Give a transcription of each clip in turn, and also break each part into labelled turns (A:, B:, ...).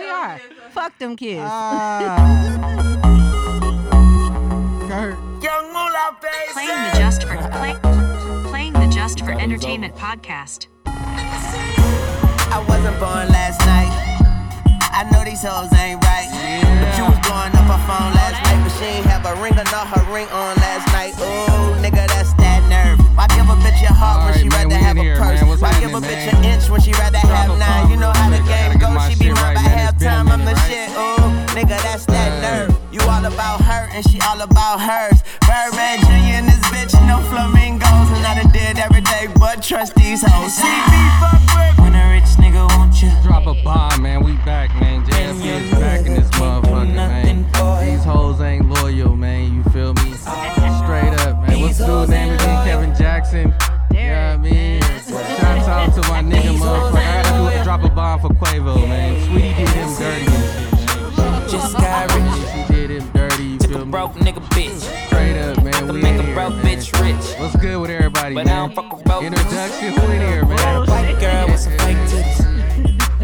A: are. Fuck them kids.
B: Kurt.
C: Young Moolah Face.
D: Playing the Just for play, playing the Just for Entertainment podcast.
C: I wasn't born last night. I, I know these hoes ain't right. But you was blowing up her phone last night, but she ain't have a ring or not her ring on last night. Ooh, nigga, that's that nerve. Why give a bitch your heart when
B: Alright,
C: she
B: man, we
C: rather
B: in
C: have
B: here,
C: a purse?
B: man. What's
C: Why give a
B: happening,
C: bitch
B: man?
C: an inch when she rather
B: Drop
C: have
B: a
C: nine?
B: bomb
C: You know
B: real
C: how the
B: quick. I
C: game
B: gotta get
C: goes.
B: my
C: She be
B: shit
C: mine
B: right,
C: by
B: man. It's been a
C: halftime. I'm the
B: minute, right?
C: shit. Ooh, Oh, nigga, that's that nerve. You all about her and she all about hers. Birdman Jr. and this bitch, no flamingos. And I done did everything but trust these hoes. See me fuck with when a rich nigga want you.
B: Drop a bomb, man. We back, man. JFK is back in this motherfucker, man. These hoes ain't loyal, man. You feel me? Straight up, man. What's the dude's name again? Kevin Jackson. Yeah, you know what I mean? Shouts out to my nigga, motherfucker. I gotta do a drop a bomb for Quavo, man. Sweetie did him dirty and shit, man.
E: Just got rich.
B: She did him dirty, you
E: Took
B: feel
E: a
B: me?
E: broke nigga bitch.
B: Straight up, man.
E: To
B: We
E: make
B: in
E: a
B: here,
E: broke
B: man.
E: bitch rich.
B: What's good with everybody,
E: But I
B: man?
E: don't fuck with broke
B: Introduction, who in here, man?
E: White girl with some fake titties.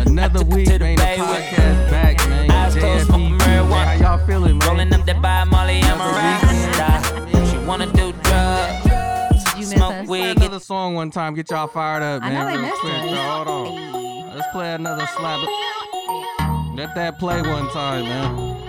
B: Another
E: took it
B: week,
E: to the
B: man. The
E: bay with
B: podcast back, man.
E: Eyes closed, smoking
B: JFE, man.
E: marijuana.
B: How y'all feeling, man?
E: Rolling up that by Molly, I'm a rockstar. She wanna do drugs.
A: Did you miss
E: Smoke
A: us?
B: Play
E: weed,
B: another
E: get
B: song one time. Get y'all fired up,
A: I
B: man.
A: know they
B: real
A: missed
B: quick,
A: it.
B: so Hold on. Let's play another slap. Let that play one time, man.
A: What?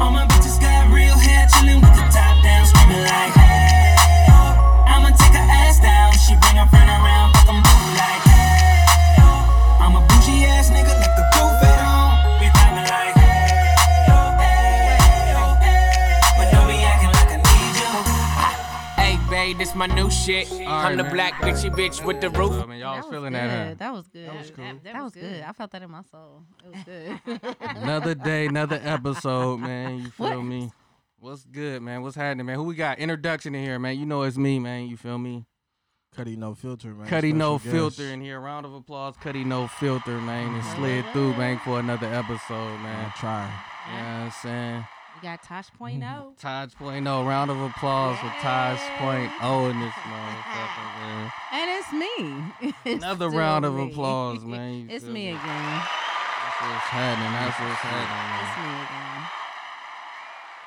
C: All my bitches got real hair, chillin' with the top down, screaming like, hey, oh. I'ma take her ass down. She bring her friend around, fuck 'em boo like, hey, oh. I'm a bougie ass nigga, like the roof at home. We vibing like, hey, oh, hey, oh, hey, oh. But don't be acting like I need you.
F: Hey, babe, this my new shit.
B: right,
F: I'm the
B: man.
F: black bitchy bitch with the
B: So,
F: roof.
B: man, y'all was feeling
A: good.
B: that, huh?
A: That was good. That was, good. I felt that in my soul. It was good.
B: Another day, another episode, man. You feel
A: What?
B: me? What's good, man? What's happening, man? Who we got? Introduction in here, man. You know it's me, man. You feel me?
G: Cuddy no filter, man.
B: Cuddy
G: Special
B: No
G: guest.
B: Filter in here. Round of applause, Cuddy No Filter, man. It slid through, man, for another episode,
G: I'm
B: man.
G: trying.
B: You know what I'm saying?
A: we got Tosh Point O.
B: Taj Point Oh, round of applause for Taj Point Oh in this motherfucker, man.
A: And it's me. It's
B: Another
A: still
B: round of
A: me.
B: applause, man. You
A: it's
B: feel
A: me
B: me?
A: again.
B: That's what's happening. That's what's
A: It's
B: happening.
A: me again.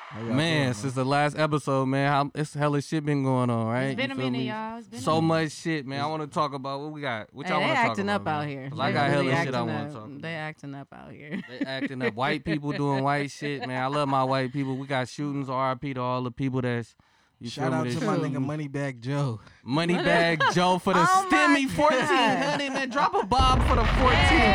G: How y'all
B: Man, man
G: feeling,
B: since the last episode, man, how, it's hella shit been going on, right?
A: It's been
B: You
A: a
B: feel
A: minute,
B: me?
A: y'all. It's been
B: So
A: a
B: much shit, man. I want to talk about what we got. What y'all
A: hey,
B: want
A: they
B: to talk
A: acting
B: about?
A: up out
B: man?
A: here.
B: 'Cause I
A: They
B: got
A: really
B: hella shit I
A: acting
B: want
A: up.
B: to talk about.
A: They acting up out here.
B: They acting up. White people doing white shit, man. I love my white people. We got shootings. R.I.P. to all the people that's. You
G: Shout
B: feel
G: out
B: me,
G: to
B: that's
G: my
A: True.
G: nigga Moneybag Joe.
B: Moneybag Joe for the
A: Oh my
B: stimmy fourteen hundred man. Drop a bob for the fourteen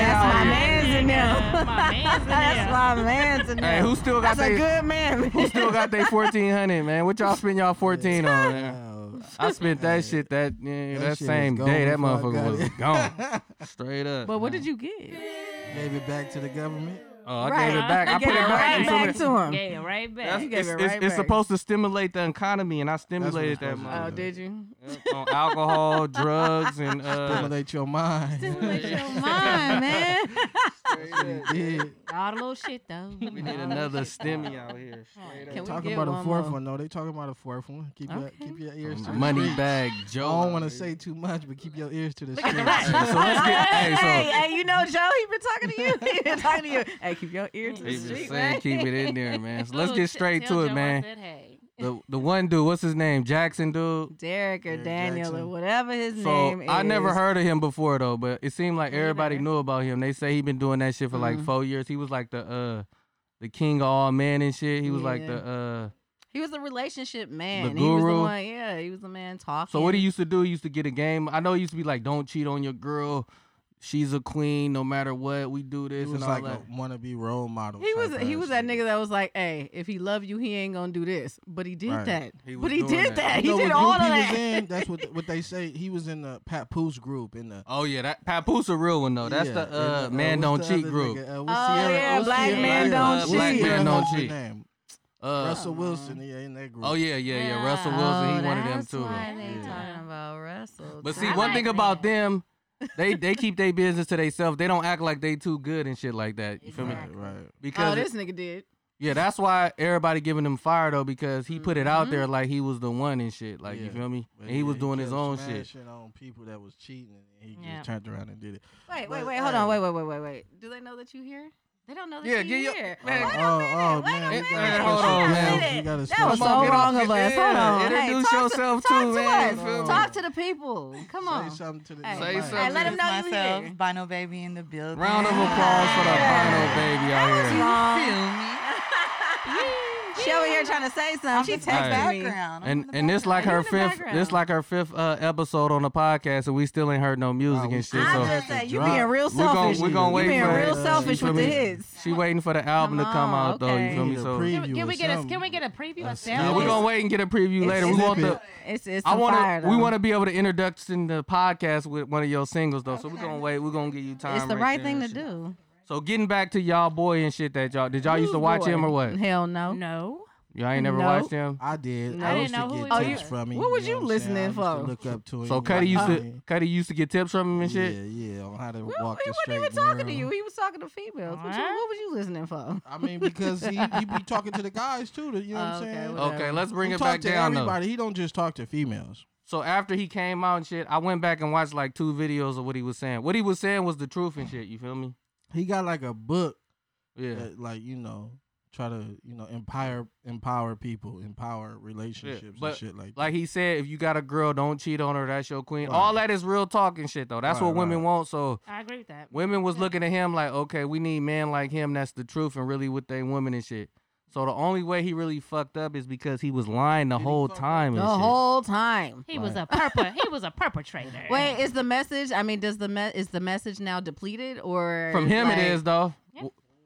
A: That's my man's in them.
H: My man's in
A: That's
H: there.
A: my man's in them.
B: Hey, who still got
A: That's a
B: they
A: good man.
B: who still got they fourteen hundred man? What y'all spend y'all fourteen on? Man?
G: Oh,
B: I spent that shit that yeah,
G: That
B: that,
G: shit was
B: same
G: gone
B: day. That
G: before I
B: motherfucker
G: got
B: was
G: it.
B: gone, straight up.
A: But what
B: man.
A: did you get?
G: gave it back to the government.
B: Oh, I
A: Right.
B: gave it back. I
A: You
B: put
A: gave
B: it
A: it
B: back.
A: right
B: You feel me?
A: back to him.
H: Yeah, right back.
B: That's-
A: You gave
B: it's,
A: it
B: it's-
A: right
B: it's
A: back.
B: supposed to stimulate the economy, and I stimulated
G: it's
B: that
G: supposed to
A: Oh,
B: money
G: do.
A: did you?
B: on alcohol, drugs, and uh,
G: Stimulate your mind.
A: Stimulate your mind, man.
G: Yeah.
H: All the little shit though.
B: we need another stimmy out here. Straight up.
A: Can we
G: Talking
A: get
G: about a
A: one
G: fourth
A: more?
G: one though. They talking about a fourth one. Keep your
A: Okay.
G: keep your ears to the
B: Money
G: streets.
B: bag Joe.
G: I don't
B: out
G: want to
B: here.
G: say too much, but keep your ears to the
A: Look at the
G: streets.
B: So let's get- hey, so-
A: hey, hey, you know Joe, he been talking to you. He been talking to you. Hey, keep your ear to the
B: He been
A: street,
B: saying
A: man.
B: keep it in there, man. So let's
H: Little
B: get
H: shit,
B: straight
H: tell
B: to it,
H: Joe I
B: man.
H: said, hey.
B: The the one dude, what's his name? Jackson dude.
A: Derek or
G: Derek
A: Daniel or
G: Jackson.
A: whatever his
B: So
A: name is.
B: I never heard of him before though, but it seemed like everybody knew about him. They say he been doing that shit for like
A: Mhm.
B: four years. He was like the uh the king of all men and shit. He was like
A: Yeah.
B: the uh
A: He was a relationship man.
B: The
A: He was the
B: guru.
A: one, yeah, he was the man talking.
B: So what he used to do, he used to get a game. I know it used to be like, don't cheat on your girl. She's a queen, no matter what. We do
G: He
B: this
G: was
B: and all
G: like
B: that.
G: a wannabe role model.
A: He was
G: type
A: he
G: ass
A: was that
G: nigga.
A: nigga that was like, hey, if he love you, he ain't gonna do this. But he did
G: Right.
A: that.
B: He was
A: but he
B: doing
A: did
B: that.
A: that. He
B: You
G: know
A: did
G: what
A: all
G: group
A: of
G: he
A: that.
G: Was in, that's what what they say. He was in the Papoose group in the.
B: oh yeah, that Papoose a real one though. That's
G: Yeah,
B: the
G: and,
B: uh, man
G: what's
B: don't
G: the
B: cheat
G: other
B: group.
G: nigga? Uh,
A: Oh,
G: what's Sierra-
A: yeah,
G: what's
A: Black
G: Sierra-
A: Man
G: uh,
A: Don't
G: Black
A: Cheat.
G: man
B: Don't
G: don't
B: Cheat.
G: cheat. Name.
B: Uh,
G: Russell Wilson, yeah, in that group.
B: oh yeah, yeah, yeah, Russell Wilson, he one of them too.
A: Oh, That's why
B: Though.
A: they
G: Yeah.
A: talking about Russell.
B: But
A: too.
B: see,
H: I
B: one
H: like
B: thing about
H: that.
B: them they they keep their business to themselves. They don't act like they too good and shit like that. You feel me?
A: Exactly.
G: Right.
B: Because
A: Oh, this nigga did.
B: yeah, that's why everybody giving him fire though because he put it out there like he was the one and shit. Like you
G: Mm-hmm. Yeah.
B: feel me?
G: But
B: And he was doing his
G: kept
B: own shit.
G: smashing on people that was cheating, and he
A: Yeah.
G: just turned around and did it.
A: Wait, wait,
G: But,
A: wait. Hold on. Wait,
G: hey.
A: wait, wait, wait, wait. Do they know that you here? They don't know that
B: Yeah,
A: you
B: get your-
A: here.
B: man.
A: Wait a
G: Oh,
A: minute,
G: oh,
A: wait
G: man,
A: a
G: you
A: minute.
B: gotta hold on,
A: wait a
B: man.
A: minute.
G: You gotta
A: That was
G: slow down.
A: so
G: Get
A: wrong
B: off
A: of
B: your-
A: us. Hold
B: yeah,
A: on. Hey,
B: introduce
A: talk to-
B: yourself
A: talk
B: too,
A: to
B: man.
A: us.
B: You feel me?
A: Talk to the people. Come on.
G: Say something to the
A: Hey.
B: Say
G: mic.
B: something.
A: Hey, let him know you
C: myself,
A: here.
C: Bono Baby in the building.
B: Round of applause for the final baby out here.
A: She over here trying to say
C: I'm
A: something.
C: just
A: She
C: in the
A: texted me.
C: background. I'm
B: And
C: in the
B: and this like
A: You
B: her
A: in the
B: fifth
A: background.
B: this like her fifth uh, episode on the podcast and we still ain't heard no music
G: we
B: and
G: still
B: shit.
A: I'm
B: So
A: Oh, just saying, you
G: Drop.
A: being real
B: we gon'
A: selfish.
B: we gon'
G: You
B: wait
A: being
B: for
A: real
B: it.
A: selfish
B: You
A: with
B: feel
A: the
B: me?
A: hits.
B: She waiting for the album
A: Come
B: to come
A: on,
B: out though. You
A: okay.
B: feel me?
G: Need a
B: So
G: preview
I: Can,
G: or
I: we get a
G: something.
I: Can we get a preview?
G: A
I: A
B: yeah,
I: sample?
B: we gonna wait and get a preview later. We
A: it's-
B: want the
A: It's it's
B: I
A: some
B: want
A: fire,
B: to. We
A: though.
B: want to be able to introduce in the podcast with one of your singles though. So we're gonna wait. We're gonna give you time.
A: It's the right
B: there
A: thing to
B: and shit.
A: do.
B: So getting back to y'all boy and shit that y'all did y'all used to
A: Who's
B: watch
A: boy?
B: him or what?
A: Hell no.
I: No.
B: Y'all ain't never
A: No.
B: watched him.
G: I did.
A: No.
G: I,
A: I
G: used to
I: didn't know who
G: get
I: he was.
G: tips from him.
A: What was
G: you know
A: you
G: I'm saying? I
A: listening
G: used to
A: for?
G: Look up to him.
B: So
G: you
B: Cuddy
G: know
B: used
G: what I'm
B: to
G: saying?
B: Cuddy used to get tips from him and shit.
G: Yeah, yeah, on how to
A: We,
G: walk
A: we
G: the
A: wasn't
G: straight
A: even talking to
G: narrow.
A: you. He was talking to females. What, you,
I: What?
A: what was you listening for?
G: I mean, because he, he be talking to the guys too. You know what I'm
A: Oh, Okay,
G: saying?
A: well,
B: Okay, Oh, let's bring
G: he
B: it
G: talk
B: back
G: to
B: down though.
G: everybody. He don't just talk to females.
B: So after he came out and shit, I went back and watched like two videos of what he was saying. What he was saying was the truth and shit. You feel me?
G: He got like a book
B: Yeah.
G: that, like you know, try to you know empower empower people, empower relationships
B: but,
G: and shit like.
B: Like he said, if you got a girl, don't cheat on her. That's your queen.
G: Right.
B: All that is real talking shit though. That's
G: Right,
B: what women
G: right.
B: want. So
I: I agree with that.
B: women was looking at him like, okay, we need men like him. That's the truth and really with they women and shit. So the only way he really fucked up is because he was lying the whole time
A: The
B: and shit.
A: whole time.
I: He was a perper. he was a perpetrator.
A: Wait, is the message? I mean, does the me- is the message now depleted or
B: From him
A: like,
B: it is though.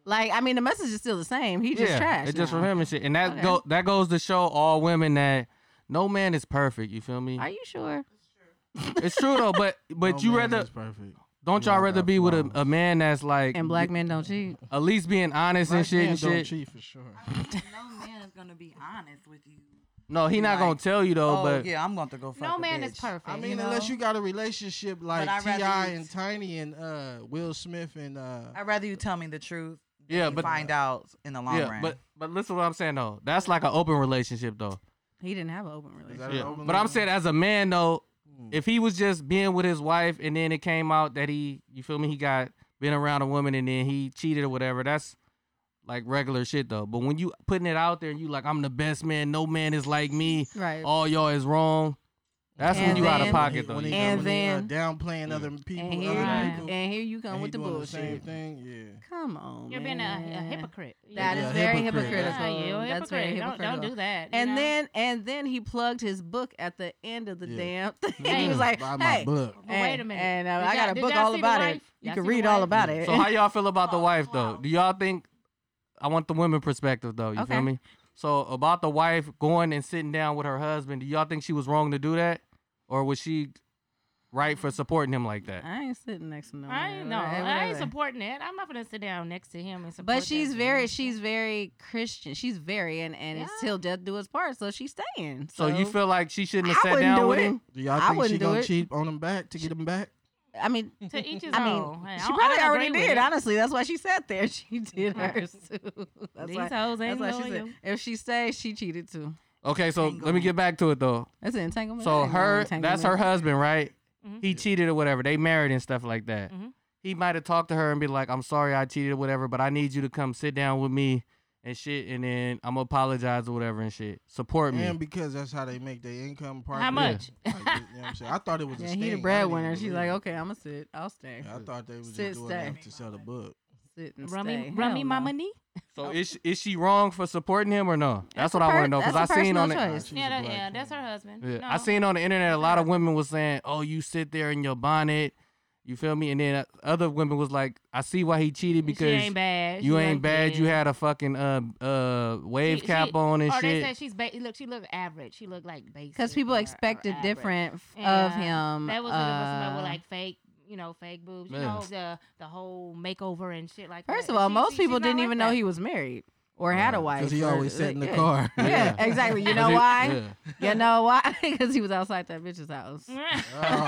A: Like, I mean, the message is still the same. He just trash.
B: It's just
A: now.
B: from him and shit. And that
A: Okay.
B: go that goes to show all women that no man is perfect. You feel me?
A: Are you sure?
B: it's true though, but but
G: No
B: you
G: man
B: rather
G: is perfect.
B: don't
G: we
B: y'all
G: all
B: rather
G: got
B: be with a,
G: flaws.
B: a man that's like
A: And black men don't cheat.
B: at least being honest
G: Black
B: and shit
G: men
B: and
G: don't
B: shit.
G: cheat for sure.
C: background. no man is gonna be honest with you.
B: No, he not
C: Like,
B: gonna tell you though.
C: Oh,
B: but
C: yeah, I'm going to go fuck
I: no
C: a
I: man
C: bitch.
I: is perfect.
G: I mean,
C: know?
G: unless you got a relationship like
C: I'd rather
G: Ti
C: you-
G: and Tiny and uh, Will Smith and uh,
C: I'd rather you tell me the truth.
B: Yeah,
C: Yeah,
B: but-
C: but find out in the long
B: yeah,
C: run.
B: but but listen to what I'm saying though. That's like an open relationship though.
A: He didn't have an open relationship.
G: that- An
B: Yeah.
G: open
B: But I'm saying
G: relationship.
B: as a man though, if he was just being with his wife and then it came out that he, you feel me, he got been around a woman and then he cheated or whatever. That's like regular shit though. But when you putting it out there and you like I'm the best man, no man is like me.
A: Right.
B: All y'all is wrong. That's when
A: And
B: you out of
A: then-
B: pocket though.
G: When
B: you
G: he,
B: feel
A: And
B: me?
G: when he, uh,
A: then-
G: downplaying other people,
A: and here,
G: other
I: Right.
G: people,
A: and here you come
G: and
A: with
G: he
A: the
G: doing the same
A: bullshit.
G: thing. Yeah.
A: Come on,
I: You're
A: man.
I: being a, a hypocriat.
A: That
G: Yeah,
A: is
G: a
A: very
G: hypocrite.
A: hypocritical.
I: Yeah, you're a
A: That's very
I: hypocritical.
A: hypocritical.
I: Don't, don't do that. you
A: And
I: know?
A: then and then he plugged his book at the end of the
G: Yeah.
A: damn thing.
I: Yeah.
A: he was like,
G: Buy my
A: "Hey,
G: book.
I: But wait a
A: and-
I: minute.
A: and, uh, I
I: Did y'all-
A: got a
I: did
A: book
I: y'all
A: all
I: see the
A: about it.
I: wife?
A: You
I: Y'all
A: can
I: see the
A: read all
I: wife?
A: about it."
B: So how y'all feel about the wife though? Do y'all think I want the women perspective though, you
A: Okay.
B: feel me? So about the wife going and sitting down with her husband, do y'all think she was wrong to do that? Or was she right for supporting him like that?
A: I ain't sitting next to no.
I: I
A: man.
I: ain't know.
A: Hey,
I: I ain't
A: whatever.
I: supporting it. I'm not gonna sit down next to him and support.
A: But
I: that
A: she's
I: dude.
A: very, she's very Christian. She's very, and and it's
I: Yeah.
A: till death do us part. So she's staying.
B: So,
A: So,
B: you feel like she shouldn't have
A: I
B: sat
A: wouldn't
B: down
A: do
B: with
A: it.
B: him?
G: Do y'all
A: I
G: think she
A: wouldn't do
G: gonna
A: it.
G: cheat on him back to get him back?
A: I mean,
I: To each his
A: I mean,
I: own. Hey,
A: she probably
I: I don't- I don't agree
A: already
I: with
A: did.
I: it.
A: Honestly, that's why she sat there. She did
I: Right.
A: hers too. That's
I: These
A: why.
I: hoes
A: That's
I: ain't
A: why she
I: loyal.
A: said if she stays, she cheated too.
B: Okay, so let me get back to it though.
A: That's an entanglement. That
B: So
A: ain't no
B: her that's
A: entanglement.
B: her husband, right?
I: Mm-hmm.
B: He cheated or whatever. They married and stuff like that.
I: Mhm.
B: He might have talked to her and be like, "I'm sorry I cheated or whatever, but I need you to come sit down with me and shit, and then I'm gonna apologize or whatever and shit. Support me."
G: And because that's how they make their income. Part
I: How much?
G: Like, you know what I'm saying? I thought it was.
A: Yeah,
G: a sting.
A: he
G: I
A: the
G: didn't
A: breadwinner.
G: even
A: She's
G: believe
A: like,
G: it.
A: okay, I'm gonna sit. I'll stay.
G: I thought they was
A: Sit,
G: just doing
A: stay.
G: that to sell the book.
A: Sit and stay.
I: Rummy,
A: Hell
I: rummy,
A: no.
I: mama knee.
B: so is she, is she wrong for supporting him or no? That's,
A: a
B: what I want
A: per-
B: to know because I
A: that's a
B: seen on
A: personal
B: the uh,
A: choice.
G: She's a
I: Yeah, that,
G: black
I: yeah, that's her
G: woman.
I: husband.
B: yeah,
I: no.
B: I seen on the internet a lot of women was saying, "Oh, you sit there in your bonnet." You feel me? And then uh, other women was like, "I see why he cheated
I: And she
B: because
I: ain't bad.
B: you
I: She
B: ain't
I: look
B: bad. You
I: good.
B: had a fucking uh uh
I: She-
B: wave
I: she-
B: cap on and
I: or
B: shit."
I: they said she's ba- look. She look average. She look like basic.
A: Because people
I: or- or
A: expected
I: average.
A: different f- of
I: Yeah.
A: him.
I: That was when it was somebody with
A: uh,
I: like fake, you know, fake boobs. You
B: Yeah.
I: know the the whole makeover and shit like.
A: First
I: that.
A: of all,
I: She-
A: most
I: she-
A: people
I: she's not
A: didn't
I: like
A: even know
I: that.
A: he was married. or had a wife.
G: Because he
A: or-
G: always sat in the
A: yeah.
G: car.
A: Yeah,
B: Yeah.
A: exactly. You know why? You know why? Because he was outside that bitch's house.
I: Mm.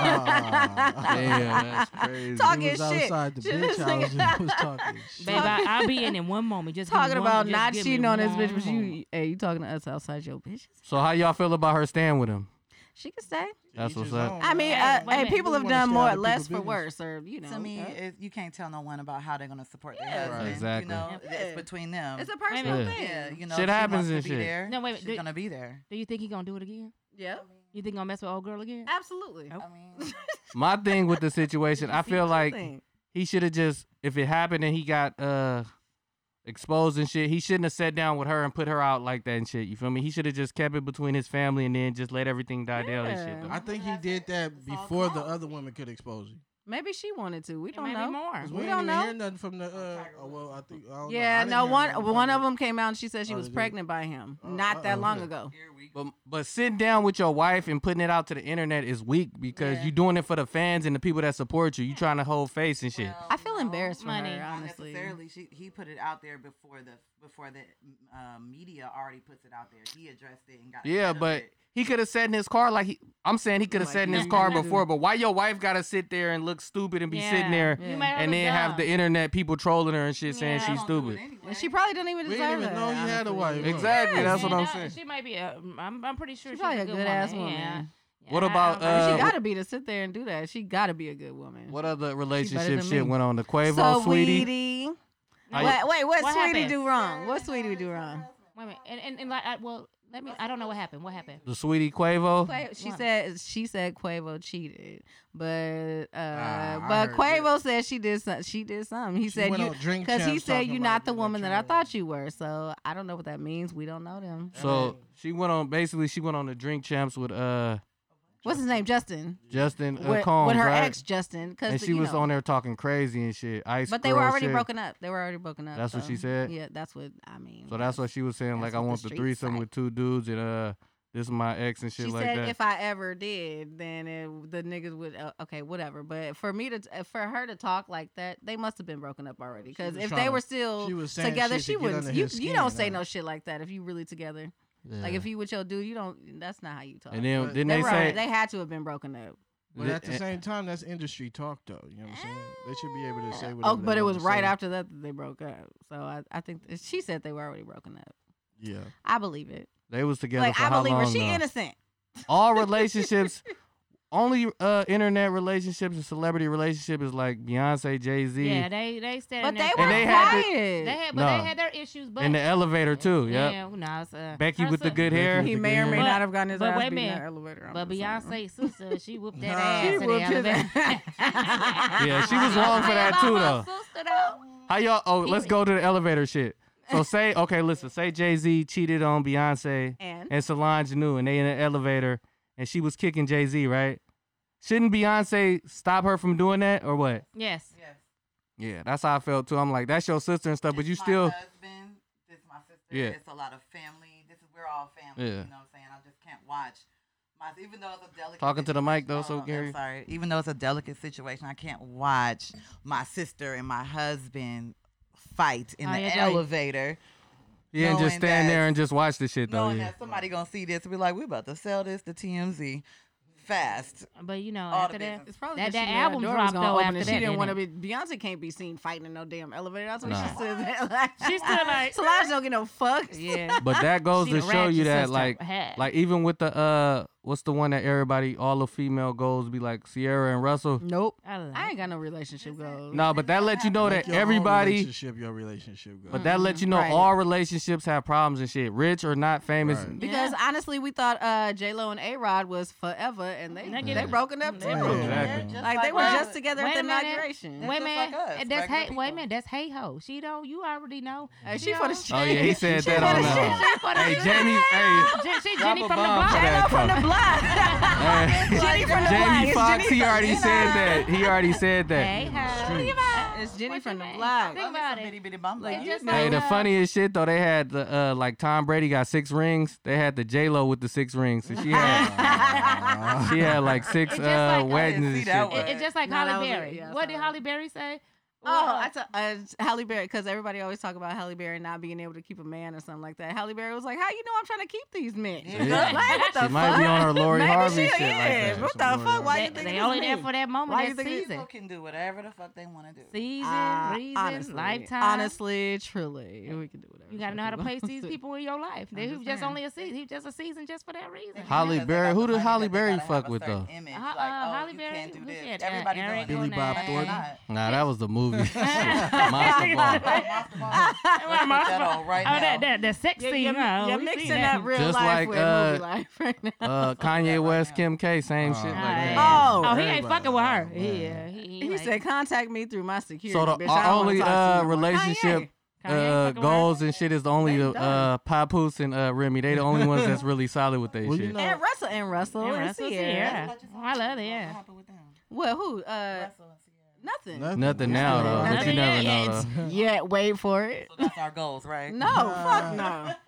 G: Ah.
B: Damn, that's crazy.
A: Talking
G: He was
A: shit.
G: outside the
A: Shit,
G: bitch
A: this
G: house.
A: nigga-
G: He was talking shit.
I: Babe, I, I'll be in it one moment. Just give me
A: Talking
I: one-
A: about
I: just
A: not
I: give me
A: cheating on this bitch,
I: one
A: but you,
I: moment.
A: hey, you talking to us outside your bitches?
B: So how y'all feel about her staying with him?
A: She can stay.
B: That's
G: Each
B: what's
G: his
B: up.
G: own.
A: I mean,
I: Hey,
A: uh,
I: wait a
A: hey,
I: minute.
A: people
G: We
A: have
G: wanna
A: done
G: stay out
A: more,
G: of
A: less for
G: people's
A: worse, or you know.
C: to me,
A: uh,
C: it, you can't tell no one about how they're gonna support their
A: Yeah.
C: husband.
G: Right.
B: Exactly.
C: You know,
A: Yeah.
C: it's between them.
A: it's a personal
B: Yeah.
A: thing.
C: yeah, you know,
B: Shit
C: if she
B: happens
C: wants to
B: and
C: be
B: shit.
C: There,
I: No, wait,
C: she's
I: do-
C: gonna be there.
I: Do you think he gonna do it again?
A: Yep.
I: You think he gonna mess with old girl again?
A: absolutely.
C: I mean,
B: My thing with the situation, I feel like he should have just if it happened and he got uh exposed and shit, he shouldn't have sat down with her and put her out like that and shit. You feel me? He should have just kept it between his family and then just let everything die down and shit.
I: Yeah.
B: though.
G: I think he did that before the other woman could expose you.
A: maybe she wanted to. We
I: It
A: don't
I: might
A: know.
I: be more.
G: 'Cause
A: We
G: we
A: don't
G: don't
A: know.
G: hear nothing from the. Uh, oh, well, I think. I don't know. I
A: Yeah,
G: didn't
A: no
G: hear
A: one
G: nothing from
A: one
G: the-
A: of them came out and she said she
G: Oh,
A: was
G: they did?
A: pregnant by him
G: Oh,
A: not that
G: uh-oh.
A: long ago.
B: But but sitting down with your wife and putting it out to the internet is weak because you're doing it for the fans and the people that support you. You trying to hold face and shit.
A: I feel embarrassed for
I: money.
A: her,
I: Not
C: Not
A: honestly.
C: necessarily. She he put it out there before the before the uh, media already puts it out there. He addressed it and got.
B: yeah,
C: ahead of
B: but
C: it.
B: he could have sat in his car like he. I'm saying he could have
C: Like,
B: sat in his
C: you
B: car
I: gotta-
B: before. But why your wife gotta sit there and look stupid and be sitting there
A: Yeah.
I: You might
B: and
I: look
B: then have the
I: dumb.
B: internet people trolling her and shit saying
I: Yeah.
C: She
B: she's
C: gonna do it
B: stupid.
C: anyway.
A: And she probably didn't even
G: We
A: deserve
G: didn't even
A: that,
G: know you had a
A: honestly.
G: wife.
B: Exactly, that's what
I: Yeah,
B: I'm
I: no,
B: saying.
I: She might be a. mm, I'm, I'm pretty sure
A: She's
I: she's,
A: probably
I: a good,
A: ass
I: woman.
A: woman.
I: Yeah. Yeah,
B: What
I: I-
B: about,
I: I-
A: But
B: Uh,
A: she got to be to sit there and do that. She got to be a good woman.
B: What other
A: better
B: relationship
A: than
B: shit
A: me.
B: went on? The Quavo, sweetie.
A: Wait,
B: How you-
A: wait, what,
I: What
A: sweetie
I: happened?
A: do wrong? What sweetie do wrong?
I: Wait a minute. And, and, and like, I, well, let me. I don't know what happened. What happened?
B: The sweetie Quavo.
A: Quavo, she
I: One.
A: said she said Quavo cheated, but uh,
G: Ah, I
A: but
G: heard
A: Quavo said she did some, she did something. He
G: She
A: said
G: went
A: you
G: on Drink
A: because he
G: Champs
A: said
G: talking
A: you're
G: about
A: not the
G: being a
A: woman that I
G: troll.
A: thought you were. So I don't know what that means. We don't know them.
B: So she went on basically she went on the drink champs with uh
A: What's his name? Justin.
B: Justin uh,
A: with,
B: Combs,
A: with her
B: right?
A: ex Justin, because
B: and she was on there talking crazy and shit. Ice.
A: But they were
B: Girl
A: already
B: shit.
A: broken up. They were already broken up.
B: That's what she
A: so-
B: said?
A: Yeah, that's what I mean.
B: So that's why she was saying like
A: That's
B: I
A: what the
B: want the,
A: streets
B: threesome
A: say.
B: with two dudes and uh this is my ex and shit
A: she
B: like
A: said
B: that.
A: if I ever did, then it, the niggas would uh, okay, whatever. But for me to uh, for her to talk like that, they must have been broken up already. Because
G: was
A: if
G: tryna-
A: they were
G: she
A: still
G: was saying
A: together,
G: shit to
A: she
G: get
A: wouldn't.
G: under
A: You,
G: his
A: you don't
G: skin,
A: say
G: huh?
A: no shit like that if you really together. Like
B: Yeah.
A: if you with your dude, you don't. That's not how you talk.
B: and then
G: But-
B: didn't
A: they,
B: they
A: were,
B: say
A: they had to have been broken up.
G: But at the
B: Eh.
G: same time, that's industry talk, though. You know what I'm saying? They should be able to say whatever.
A: Oh,
G: they
A: but it
G: want
A: was
G: to
A: right
G: say.
A: after that that they broke up. So I, I think that- she said they were already broken up.
G: Yeah.
A: I believe it.
B: they was together
A: like
B: for
A: I
B: how
A: believe
B: long?
A: her. She
B: though?
A: innocent.
B: All relationships, only uh internet relationships and celebrity relationship is like Beyonce, Jay Z,
I: Yeah, they they said.
A: But they were
B: And they had to-
A: quiet.
I: They had, but
B: No.
I: they had their issues. But
B: in the elevator too.
I: yeah,
B: Yep.
I: well, nah, it's, uh,
B: Becky
I: her
B: with the
I: sis-
B: good hair.
A: he may or may
I: But-
A: not have gotten his
I: but
A: ass
I: wait a
A: beat in that
I: minute.
A: elevator. I'm
I: But
A: just saying.
I: Beyonce's sister, she whooped
G: Nah.
I: that ass.
G: She
I: in the
A: whooped his
I: elevator.
A: ass.
B: Yeah, she was wrong for that too though. How y'all? Oh, let's go to the elevator shit. So say, okay, listen. Say Jay Z cheated on Beyonce
A: And?
B: Solange knew, and they in an elevator, and she was kicking Jay Z, right? Shouldn't Beyonce stop her from doing that or what?
I: Yes.
C: Yes.
B: Yeah, that's how I felt too. I'm like, that's your sister and stuff, but you
C: my
B: still,
C: husband, this is my sister.
B: Yeah.
C: It's a lot of family. This is we're all family.
B: Yeah.
C: You know what I'm saying? I just can't watch. My, even though it's a delicate
B: Talking to the mic, though, so,
C: situation- oh,
B: Gary.
C: I'm sorry. Even though it's a delicate situation, I can't watch my sister and my husband fight in
I: Oh,
C: the
I: yeah, Joey.
C: elevator,
B: yeah, and just
C: knowing
B: stand
C: that-
B: there and just watch the shit though.
C: knowing
B: Oh, Yeah.
C: that somebody gonna see this and be like, "We're about to sell this to TMZ fast."
I: But you know,
C: All
I: after
C: the
I: that,
C: business.
A: It's probably
I: that,
A: 'cause
I: that
A: she knew her
I: album
A: door was
I: dropped
A: gonna
I: though.
A: open and
I: After that,
A: she didn't
I: didn't
A: want
I: it?
A: to be. Beyonce can't be seen fighting in no damn elevator. That's what
B: Nah.
A: she said.
I: She's still like-
A: Solange don't get no fucks.
I: Yeah.
B: But that goes
I: She
B: to
I: the
B: show you
I: ratchet
B: that,
I: sister.
B: like,
I: Hey.
B: like even with the uh, what's the one that everybody, all the female goals be like Sierra and Russell.
A: Nope.
I: I like
A: I ain't got no relationship goals.
B: No, but that let you know
G: Make
B: that
G: your own
B: everybody.
G: relationship, your relationship. Goes.
B: But that lets you know
A: Right.
B: all relationships have problems and shit. Rich or not famous.
G: Right.
A: Because honestly, we thought uh, J Lo and A Rod was forever, and they
I: Nigga,
A: they
I: they-
A: broken up too.
I: they
G: broke
B: up.
C: They're
B: Exactly.
C: just
A: Like they were
C: us.
A: just together at
I: Wait
A: the
I: a minute.
A: inauguration.
I: Wait
C: just
I: a
C: like
I: minute.
C: us,
I: that's
C: regular
I: hey. Wait a
C: people.
I: minute. That's hey ho. She don't. You already know.
A: Hey, Uh, she for the
I: don't-
A: shit.
B: Oh yeah, he said that
A: for
B: on uh,
A: the
B: that.
A: shit, for the
B: Hey,
A: shit.
B: Jamie. Hey,
I: She, she
B: Drop
I: Jenny
B: a
I: from the
B: bomb for
I: block.
B: that
A: J-Lo from the
B: fuck.
A: block.
B: Hey.
A: Jenny from the block.
B: Jamie
A: It's
B: Foxx.
A: Jenny
B: He
A: from-
B: already said that. He already said
I: Hey
B: that.
I: ho.
A: It's Jenny
I: What
A: from
I: you
A: the
I: mean?
A: block.
C: Love
I: Think
C: me some
I: about it.
C: bitty bitty bum
A: Like,
C: bum.
A: you just
B: Hey, the
I: Uh,
B: funniest shit though, they had the uh, like Tom Brady got six rings. They had the J Lo with the six rings, so she had she had like six
I: It's just
B: uh,
I: like-
B: weddings
C: see
B: and
C: that
B: shit.
C: one.
I: It- it's just like
A: No, that was
I: Holly
A: a-
I: Berry.
A: yeah, I
I: what
A: saw
I: did
A: that.
I: Holly Berry say?
A: Oh, I t- uh, Halle Berry, because everybody always talk about Halle Berry not being able to keep a man or something like that. Halle Berry was like, "How you know I'm trying to keep these men?
B: Yeah.
A: Like, what the
B: She might be
A: fuck?
B: on her Lori
A: Maybe
B: Harvey
A: she
B: shit like
A: is.
B: that.
A: What
B: Some
A: the
B: Lori
A: fuck? Why
I: They,
A: you think
I: they
A: it's
I: only
A: me?
I: there for that moment,
A: Why you
I: that
A: think it's-
I: season.
C: People can do whatever the fuck they want to do.
I: Season,
A: Uh,
I: reason,
A: honestly,
I: lifetime.
A: Honestly, truly, we can do whatever.
I: You gotta
A: the
I: know how
A: fuck
I: to
A: we
I: place
A: want.
I: these people in your life. They he was just
A: Understand.
I: only a season. He was just a season just for that reason.
B: How- Halle
C: Because they
B: Berry-
C: got
B: who
C: the
B: did
C: money,
B: Halle
C: but they
B: Berry
C: gotta have
B: fuck
C: a
B: with,
C: certain
B: though?
C: Image.
I: Uh,
C: Like, oh,
I: uh, Halle
C: you
I: Berry,
C: can't do
I: who
C: this.
I: she had? Uh,
C: Everybody doing
I: Eric
C: it.
B: Billy
I: on
B: Bob
I: that.
B: Thornton.
C: Why
B: Nah, that was the movie. Uh, Shit. Monster Ball.
C: Monster Ball. Let's get that on right
I: Oh, that,
C: now.
I: that, that sex
A: Yeah,
I: scene.
A: you're,
I: huh?
A: you're
I: We seen
A: mixing
I: that.
A: up real
B: Just
A: life
B: like,
A: with
B: uh,
A: movie life right now.
B: Uh, Kanye West, Kim K, same shit like
I: Alright.
B: that.
A: Oh,
I: Oh, he ain't
G: everybody.
I: fucking with her.
G: Oh,
I: Yeah,
G: man.
I: he, he,
A: he
I: like,
A: said, "Contact me through my security."
B: So the
A: bitch. I
B: our
A: don't wanna
B: only
A: talk to you
B: uh,
A: no more."
B: relationship
I: Kanye
B: uh,
I: ain't fucking with her.
B: goals and shit is the only the,
A: done.
B: uh, Papoose and uh, Remy. They the only ones that's really solid with their
G: Well, you
B: shit.
G: know-
A: Kanye. and Russell and Russell and,
I: And Russell,
A: Sierra.
I: Sierra. Oh, I love it. Yeah.
A: Well, who? Uh,
C: Russell and Sierra.
A: nothing.
B: Nothing now though. but
I: Nothing
B: you never
I: yet.
B: know though.
A: Yet, wait for it.
C: So that's our goals, right?
A: No, fuck no.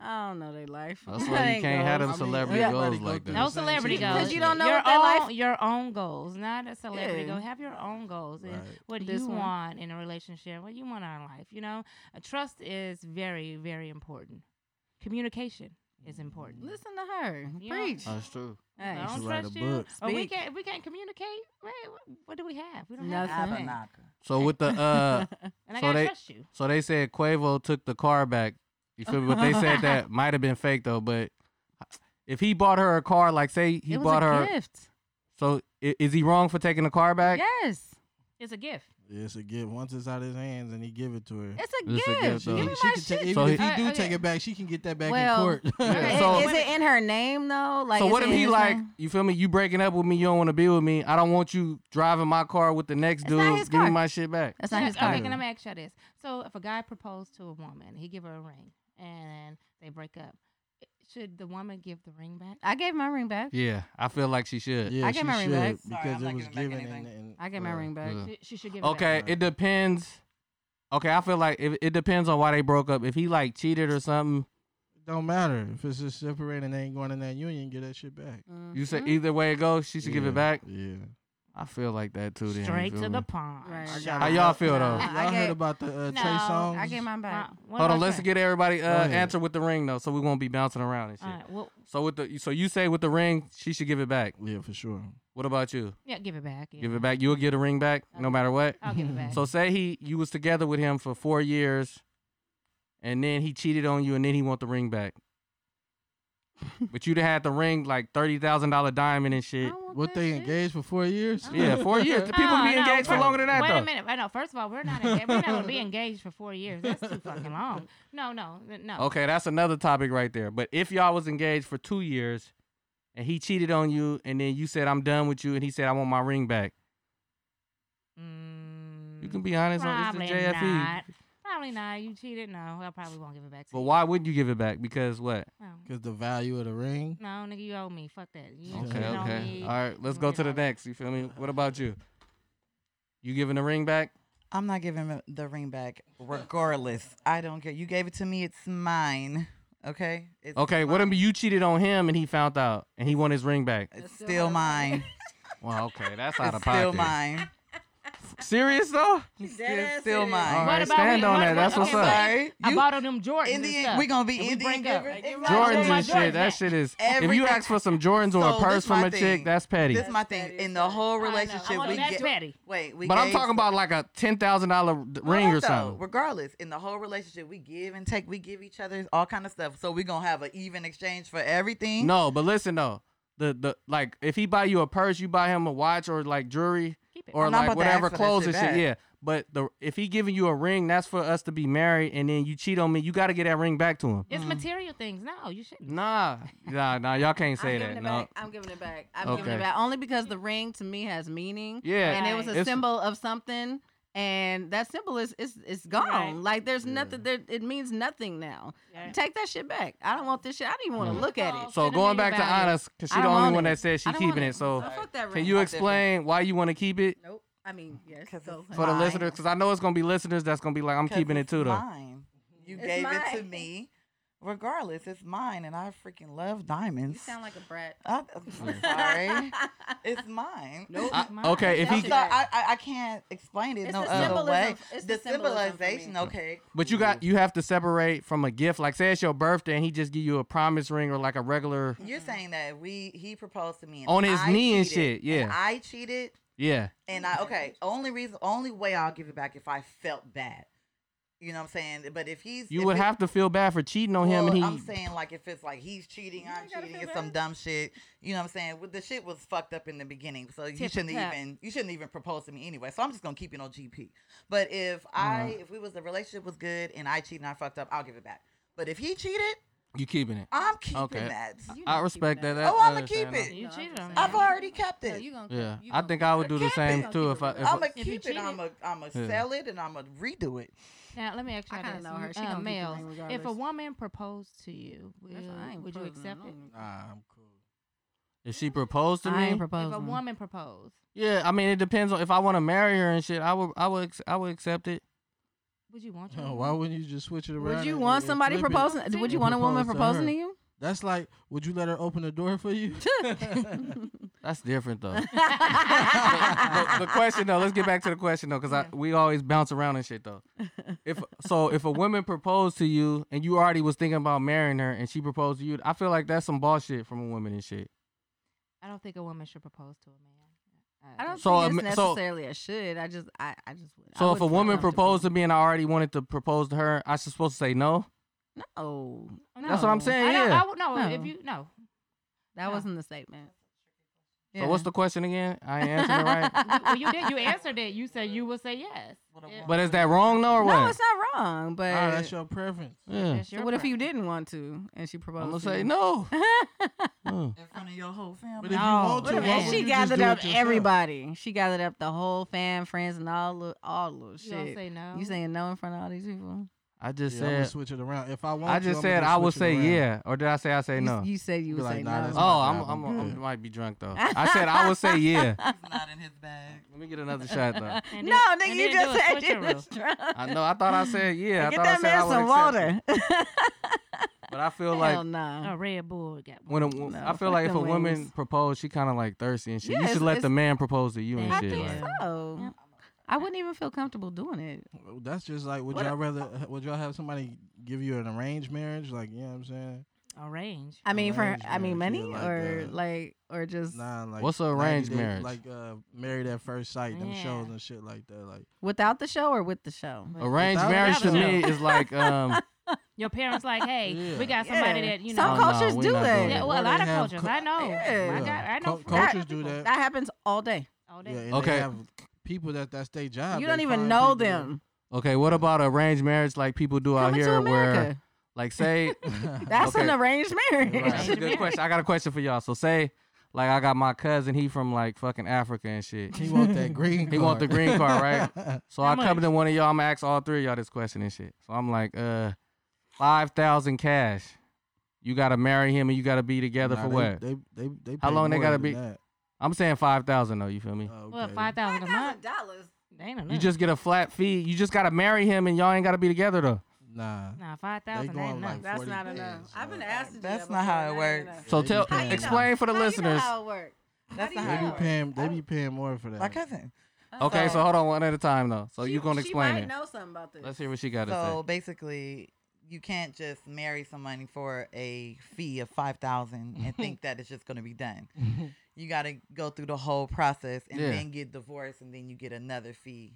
A: I don't know their life.
B: That's why you can't have them celebrity goals
G: everybody go
B: like
G: through
B: that.
I: No
G: the same
I: celebrity
G: shit.
I: goals.
A: 'Cause you don't know
I: your
A: what their
I: own,
A: life-
I: Your own goals, not a celebrity
A: Yeah.
I: goal. Have your own goals and
G: Right.
I: what
A: This
I: you
A: one.
I: want in a relationship, what you want out of life. You know, Uh, trust is very, very important. Communication is important.
A: Listen to her.
I: You don't-
A: Preach.
B: That's true.
I: If
A: Hey.
I: I don't
G: should write a
I: trust you.
G: book.
I: Or we
A: Speak.
I: can't. If we can't communicate, what, what do we have? We don't have
A: Nothing.
I: nothing.
C: Abenaka.
B: So with the uh,
I: And I
B: So
I: gotta
B: they-
I: trust you.
B: so they said Quavo took the car back. You feel me? But they said that might have been fake though. But if he bought her a car, like say he
A: it was
B: bought
A: a
B: her,
A: gift.
B: so i- is he wrong for taking the car back?
A: Yes,
I: It's a gift.
G: It's a gift. Once it's out of his hands and he give it to her.
A: it's a
B: It's a
A: gift.
B: gift,
A: Give
B: though.
A: me
G: She-
A: my
G: she can
A: shit.
G: take, even
B: So
G: if
B: he-
G: he do
I: Uh,
G: take
I: okay.
G: it back, she can get that back
A: Well,
G: in court.
A: Okay,
B: So-
A: is it in her name though? Like,
B: So
A: is
B: what
A: it
B: if
A: in
B: he
A: his
B: like,
A: name?
B: you feel me? You breaking up with me, you don't want to be with me. I don't want you driving my car with the next
A: It's
B: dude.
A: not his
B: Give me
A: car.
B: my shit back.
A: That's not
I: Can I-
A: his
I: okay,
A: car.
I: can I ask you this? So if a guy proposed to a woman, he give her a ring, and they break up, should the woman give the ring back?
A: I gave my ring back.
B: Yeah, I feel like she should.
G: yeah,
A: I get
G: she
A: my ring
G: should,
A: back.
G: because
C: Sorry, I'm
G: it
C: not
G: was
C: giving
G: given.
C: back
G: And,
C: anything.
G: and,
A: I get my
G: uh,
A: ring back.
B: Yeah.
I: She, she should give.
B: Okay, it depends. Okay, I feel like it, it depends on why they broke up. If he like cheated or something,
G: Don't matter if it's just separating. They ain't going in that union. Get that shit back.
B: you say
A: Mm-hmm.
B: either way it goes, she should give
G: Yeah,
B: it back.
G: Yeah.
B: I feel like that too.
I: It
B: Then, you
I: straight
B: feel
I: to
B: me?
I: the pond.
A: Right.
B: How y'all feel
A: Nah.
B: though?
A: I- I
G: Y'all heard
A: get-
G: about the uh, Trey
I: No,
G: songs?
A: I gave mine back.
I: Uh, what
B: Hold on,
I: about
B: let's
I: you?
B: get everybody uh,
G: ahead.
B: answer with the ring though, so we won't be bouncing around and shit.
I: All right. Well,
B: So with the so you say with the ring, she should give it back.
G: Yeah, for sure.
B: What about you?
I: yeah, give it back. yeah.
B: Give it back. You'll get a ring back no matter what.
I: I'll give it back.
B: So say he you was together with him for four years, and then he cheated on you, and then he want the ring back. but you'd have had the ring like thirty thousand dollar diamond and
A: I
B: shit.
A: don't want
G: What
A: that
G: they
A: shit. Oh.
G: engaged for four years?
B: Yeah, four years. The people
I: Oh, No,
B: be
I: Oh, no,
B: engaged for
I: first-
B: longer than that
I: Wait
B: though.
I: a minute. I know. First of all, we're not engaged. we're not gonna be engaged for four years. That's too fucking long. No, no, no.
B: Okay, that's another topic right there. But if y'all was engaged for two years, and he cheated on you, and then you said I'm done with you, and he said I want my ring back,
I: Mm,
B: you can be honest. on
I: probably
B: It's the JFE.
I: not. Probably not. You cheated. No, I probably won't give it back to
B: But
I: you.
B: why would you give it back? Because what?
I: No.
G: Because the value of the ring.
I: No, nigga, you owe me. Fuck that. You
B: Okay,
I: cheated
G: Yeah.
I: on
B: okay.
I: me.
B: All right, let's
I: You
B: go
I: did
B: to the
I: all that.
B: next. You feel me? What about you? You giving the ring back?
C: I'm not giving him the ring back regardless. I don't care. You gave it to me. It's mine. Okay. It's
B: Okay, what if
C: mine.
B: you cheated on him and he found out and he won his ring back?
C: It's still mine.
B: Well, okay, that's out
C: It's
B: of
C: still
B: pocket.
C: mine.
B: Serious though?
C: It's still
B: All
C: mine.
B: right,
I: about
B: stand
I: we-
B: on
I: what-
B: that.
I: what-
B: That's what's
I: okay,
B: up.
I: but-
C: Sorry.
I: I
C: You-
I: bought on them Jordans.
C: In the
I: and stuff.
C: end, we gonna be
I: And we
C: Indian
I: break up.
C: giver.
I: I
B: Jordans
I: want
B: and
I: my Jordans
B: shit. That
I: back.
B: shit is. If you
C: Everything-
B: ask for some Jordans or
C: So,
B: a
C: this
B: purse from
C: my
B: a chick,
C: thing.
B: that's petty.
C: This is my thing. In the whole relationship,
I: I know. I
C: we
I: want
C: get.
I: that petty.
C: Wait, we.
B: But I'm
C: gave-
B: talking about like a ten thousand dollar ring
C: Well,
B: or
C: though,
B: something.
C: Regardless, in the whole relationship, we give and take. We give each other all kind of stuff. So we gonna have an even exchange for everything.
B: No, but listen though. The the like if he buy you a purse, you buy him a watch or like jewelry
I: Keep it.
B: or
C: I'm not
B: like
C: about to ask
B: whatever
C: for that
B: clothes
C: shit
B: and shit.
C: back.
B: Yeah. But the if he giving you a ring, that's for us to be married, and then you cheat on me, you got to get that ring back to him.
I: It's material things. No, you shouldn't.
B: Nah, nah, nah. Y'all can't say
A: I'm
B: that.
A: Giving it
B: No.
A: back. I'm giving it back. I'm giving
B: Okay.
A: it back only because the ring to me has meaning.
B: Yeah.
A: and it was a
B: It's-
A: symbol of something, and that symbol is is it's gone.
I: Right.
A: Like there's nothing. There, it means nothing now. Take that shit back. I don't want this shit. I don't even want to look at it.
B: So
I: Shouldn't
B: going
I: be
B: back to
I: about it.
B: Honest, cause
A: I
B: she the
A: don't
B: only
A: want
B: one
A: it.
B: that said Mm-hmm. she
A: I don't want
B: keeping
A: it.
B: it. So
A: Oh, fuck that ring.
B: can you
C: Not
B: explain why you want to keep it
A: Nope. I mean, yes.
C: 'Cause
A: go
C: it's
A: ahead.
B: for the
C: Mine.
B: listeners? Cause I know it's gonna be listeners that's gonna be like, I'm
C: 'Cause
B: keeping it
C: it's
B: too though.
C: Mine. You
A: It's
C: gave it to
A: mine.
C: me. Regardless, it's mine, and I freaking love diamonds.
A: You sound like a brat.
C: I, am sorry, it's mine.
A: Nope.
I: I-
A: Mine.
B: okay, if
C: I'm
B: he-
C: sorry, I, I I can't explain it
A: It's
C: no
A: the
C: other
A: symbolism-
C: way.
A: it's
C: the
A: the symbolism for me.
C: symbolization, okay.
B: But you got you have to separate from a gift. Like say it's your birthday and he just give you a promise ring or like a regular
C: You're saying that we he proposed to me and
B: On his
C: I
B: knee and
C: cheated,
B: shit, yeah.
C: and I cheated,
B: Yeah.
C: and I okay. Only reason, only way I'll give it back if I felt bad. You know what I'm saying? But if he's
B: You
C: if
B: would
C: it-
B: have to feel bad for cheating on him
C: Well,
B: and he
C: I'm saying like if it's like he's cheating, I'm cheating, it's some dumb shit. You know what I'm saying? Well, The shit was fucked up in the beginning, so you
I: Tip
C: shouldn't
I: tap.
C: even you shouldn't even propose to me anyway. So I'm just gonna keep it on GP. But if I if we was the relationship was good and I cheated and I fucked up, I'll give it back. But if he cheated,
B: you keeping it.
C: I'm keeping
B: Okay.
C: that.
A: You
B: I
A: not
B: respect
A: keeping
B: that.
C: Oh,
B: I
C: I'ma
B: understand
C: keep
B: that.
I: You
A: No, I'm
I: cheated
A: just
I: on me.
A: saying.
C: I've already kept
A: No,
C: it.
A: you gonna,
B: Yeah.
A: you
B: I
A: gonna-
B: think I would do the
C: Keep it.
B: same too if I if
C: I'm gonna
I: If you
C: keep it. I'm gonna I'm gonna
B: Yeah.
C: sell it and I'm gonna redo it.
I: Now let me ask
A: I
I: you
A: kinda
I: this:
A: know her. She
I: uh,
A: gonna keep it
I: males,
A: in
I: if a
A: regardless.
I: woman proposed to you, will,
A: That's fine. I ain't
I: would you
A: proposing. I
I: accept it?
A: don't-
G: Nah, I'm cool.
B: if she proposed to
A: I
B: me.
A: ain't proposing.
I: If a woman proposed,
B: yeah, I mean it depends on if I want to marry her and shit. I would I would ex- I would accept it.
I: would you
B: Oh,
I: want your
G: Yeah,
I: woman?
G: why wouldn't you just switch it around?
A: Would you
G: and-
A: want
G: and
A: somebody
G: flip it?
A: proposing? Would you want a woman
G: Propose to
A: proposing to
G: her.
A: you?
G: That's like, would you let her open the door for you?
B: That's different though. the, the question though, let's get back to the question though, because I we always bounce around and shit though. If so, if a woman proposed to you and you already was thinking about marrying her and she proposed to you, I feel like that's some bullshit from a woman and shit.
I: I don't think a woman should propose to a man.
A: I don't
B: So,
A: think
B: um,
A: it's
B: so-
A: necessarily a should. I just, I, I just would. I
B: So
A: wouldn't
B: if a
A: feel
B: woman
A: comfortable.
B: proposed to me and I already wanted to propose to her, I should supposed to say no.
A: oh,
B: That's what I'm
A: No.
B: saying.
I: I don't,
B: yeah.
I: I would, no,
A: No.
I: if you no,
A: that
I: No.
A: wasn't the statement.
B: So what's the question again? I ain't answering it right.
I: You- well, you did. You answered it. You said you would say yes. Yeah.
B: But is that wrong though or what?
A: No, it's not wrong. But
G: Ah, that's your preference.
B: yeah.
I: That's
A: so
I: your
A: what if you
I: preference.
A: didn't want to and she proposed?
B: I'm gonna
A: to
B: say
A: you?
B: no. Mm.
C: In front of your whole
G: But
C: family.
G: if you
A: No.
G: want to,
A: What
G: why
A: if-
G: wouldn't
A: and she
G: you just
A: gathered
G: do it
A: up
G: yourself?
A: everybody. She gathered up the whole fam, friends, and all the- all little
I: You don't
A: shit.
I: say no.
A: You saying no in front of all these people?
B: I just
G: Yeah, I'm gonna
B: said
G: switch it around. If I want,
B: I
G: to,
B: just
G: I'ma
B: said I would
G: switch it
B: say
G: around.
B: yeah, or did I say I say
A: You-
B: no?
A: You, said you
G: Be
A: would
G: like,
A: say
G: "Nah,
A: no.
G: that's
B: Oh, I'm,
G: job,
B: I'm,
G: I'm
B: I'm,
A: Mm-hmm.
G: good.
B: might be drunk though. I said I would say yeah.
C: It's not in his bag.
B: Let me get another shot though.
I: And
A: no,
I: then-
A: nigga,
I: and
A: you
I: then do
A: just
I: a
A: said
I: switcheroo.
A: you was drunk.
B: I know. I thought I said yeah. I
A: Get
B: thought
A: that
B: I said I
A: man
B: would
A: some
B: accept it.
A: water.
B: But I feel
A: Hell
B: like
A: nah.
I: A Red Bull got
B: when
I: one.
B: a, wo-
A: No,
B: I feel
A: fuck
B: like if a
A: them
B: woman
A: wings.
B: propose, she kind of like thirsty and shit.
A: Yeah,
B: you should
A: it's-
B: let the
A: it's-
B: man propose to you and
I: I
B: shit.
I: think
B: like-
I: so.
A: Oh,
I: Yep.
A: I wouldn't even feel comfortable doing it.
G: Well, That's just like, would
A: What
G: y'all rather? Would y'all have somebody give you an arranged marriage? Like, you know what I'm saying?
I: Arrange.
A: I mean, for
G: Arranged
A: I mean,
G: marriage,
A: money
G: yeah, like
A: or
G: that.
A: like or just
G: Nah, like
B: What's a
G: 90
B: arranged
G: day-
B: marriage?
G: Like, uh, married at first sight, them
I: Yeah.
G: shows and shit like that. Like,
A: without the show or with the show.
B: Arranged
G: Without-
B: marriage to
I: without
B: me is like um,
I: Your parents like, hey, we got somebody that you know.
A: Some
B: Oh, no,
A: cultures
B: we
A: do
B: not
A: that.
B: doing
I: yeah,
B: that.
I: well,
G: Well,
I: a lot
G: they
I: of
G: have
I: cultures.
G: co-
I: I know.
A: Yeah.
I: I got. I know.
G: Co-
I: Oh, friends.
G: cultures do that.
A: That happens all day.
I: All
G: yeah,
I: day.
G: and
B: Okay.
G: they have people that that's their job.
A: you
G: They
A: don't even
G: find
A: know
G: people that-
A: them.
B: okay. What about arranged marriage like people do out
A: Coming to
B: here where
A: America.
B: like say
A: That's
B: Okay.
A: an arranged marriage.
B: Right. That's a good question. I got a question for y'all. So say like I got my cousin, he from like fucking Africa and shit.
G: He want that green.
B: He want the
G: card.
B: green card, right? So I
I: much?
B: come to one of y'all, I'm gonna ask all three of y'all this question and shit. So I'm like, uh, five thousand cash. You gotta marry him and you gotta be together
G: Nah,
B: for
G: they-
B: what?
G: They, they, they
B: How
G: pay
B: long they
G: more
B: gotta
G: than
B: be-
G: that.
B: I'm saying five thousand though, you feel me?
G: Oh,
I: Well,
G: okay.
I: five thousand a month.
A: dollars.
I: That ain't enough.
B: You just get a flat fee. You just gotta marry him and y'all ain't gotta be together though.
G: Nah.
I: nah, five thousand
G: going
I: ain't enough.
G: like-
A: That's
G: 40
A: not
G: days,
A: enough.
G: so-
A: I've been asked. to do
C: That's
A: that
C: not how it
A: before, and that ain't
C: works.
A: enough.
B: So
G: They
B: tell
G: be paying-
B: explain for the
A: How you know
B: listeners.
A: how it works?
C: That's
A: do
C: not
A: you
G: They
C: how
A: know?
C: it
G: be
C: works.
G: paying. They be paying more for that.
C: My cousin.
B: Okay,
C: So-
B: so hold on one at a time though. So
A: She-
B: you gonna
A: she
B: explain
A: might
B: it.
A: know something about this.
B: Let's hear what she gotta
C: So
B: say.
C: basically, you can't just marry somebody for a fee of five thousand and think that it's just going to be done. you got to go through the whole process and
B: Yeah.
C: then get divorced, and then you get another fee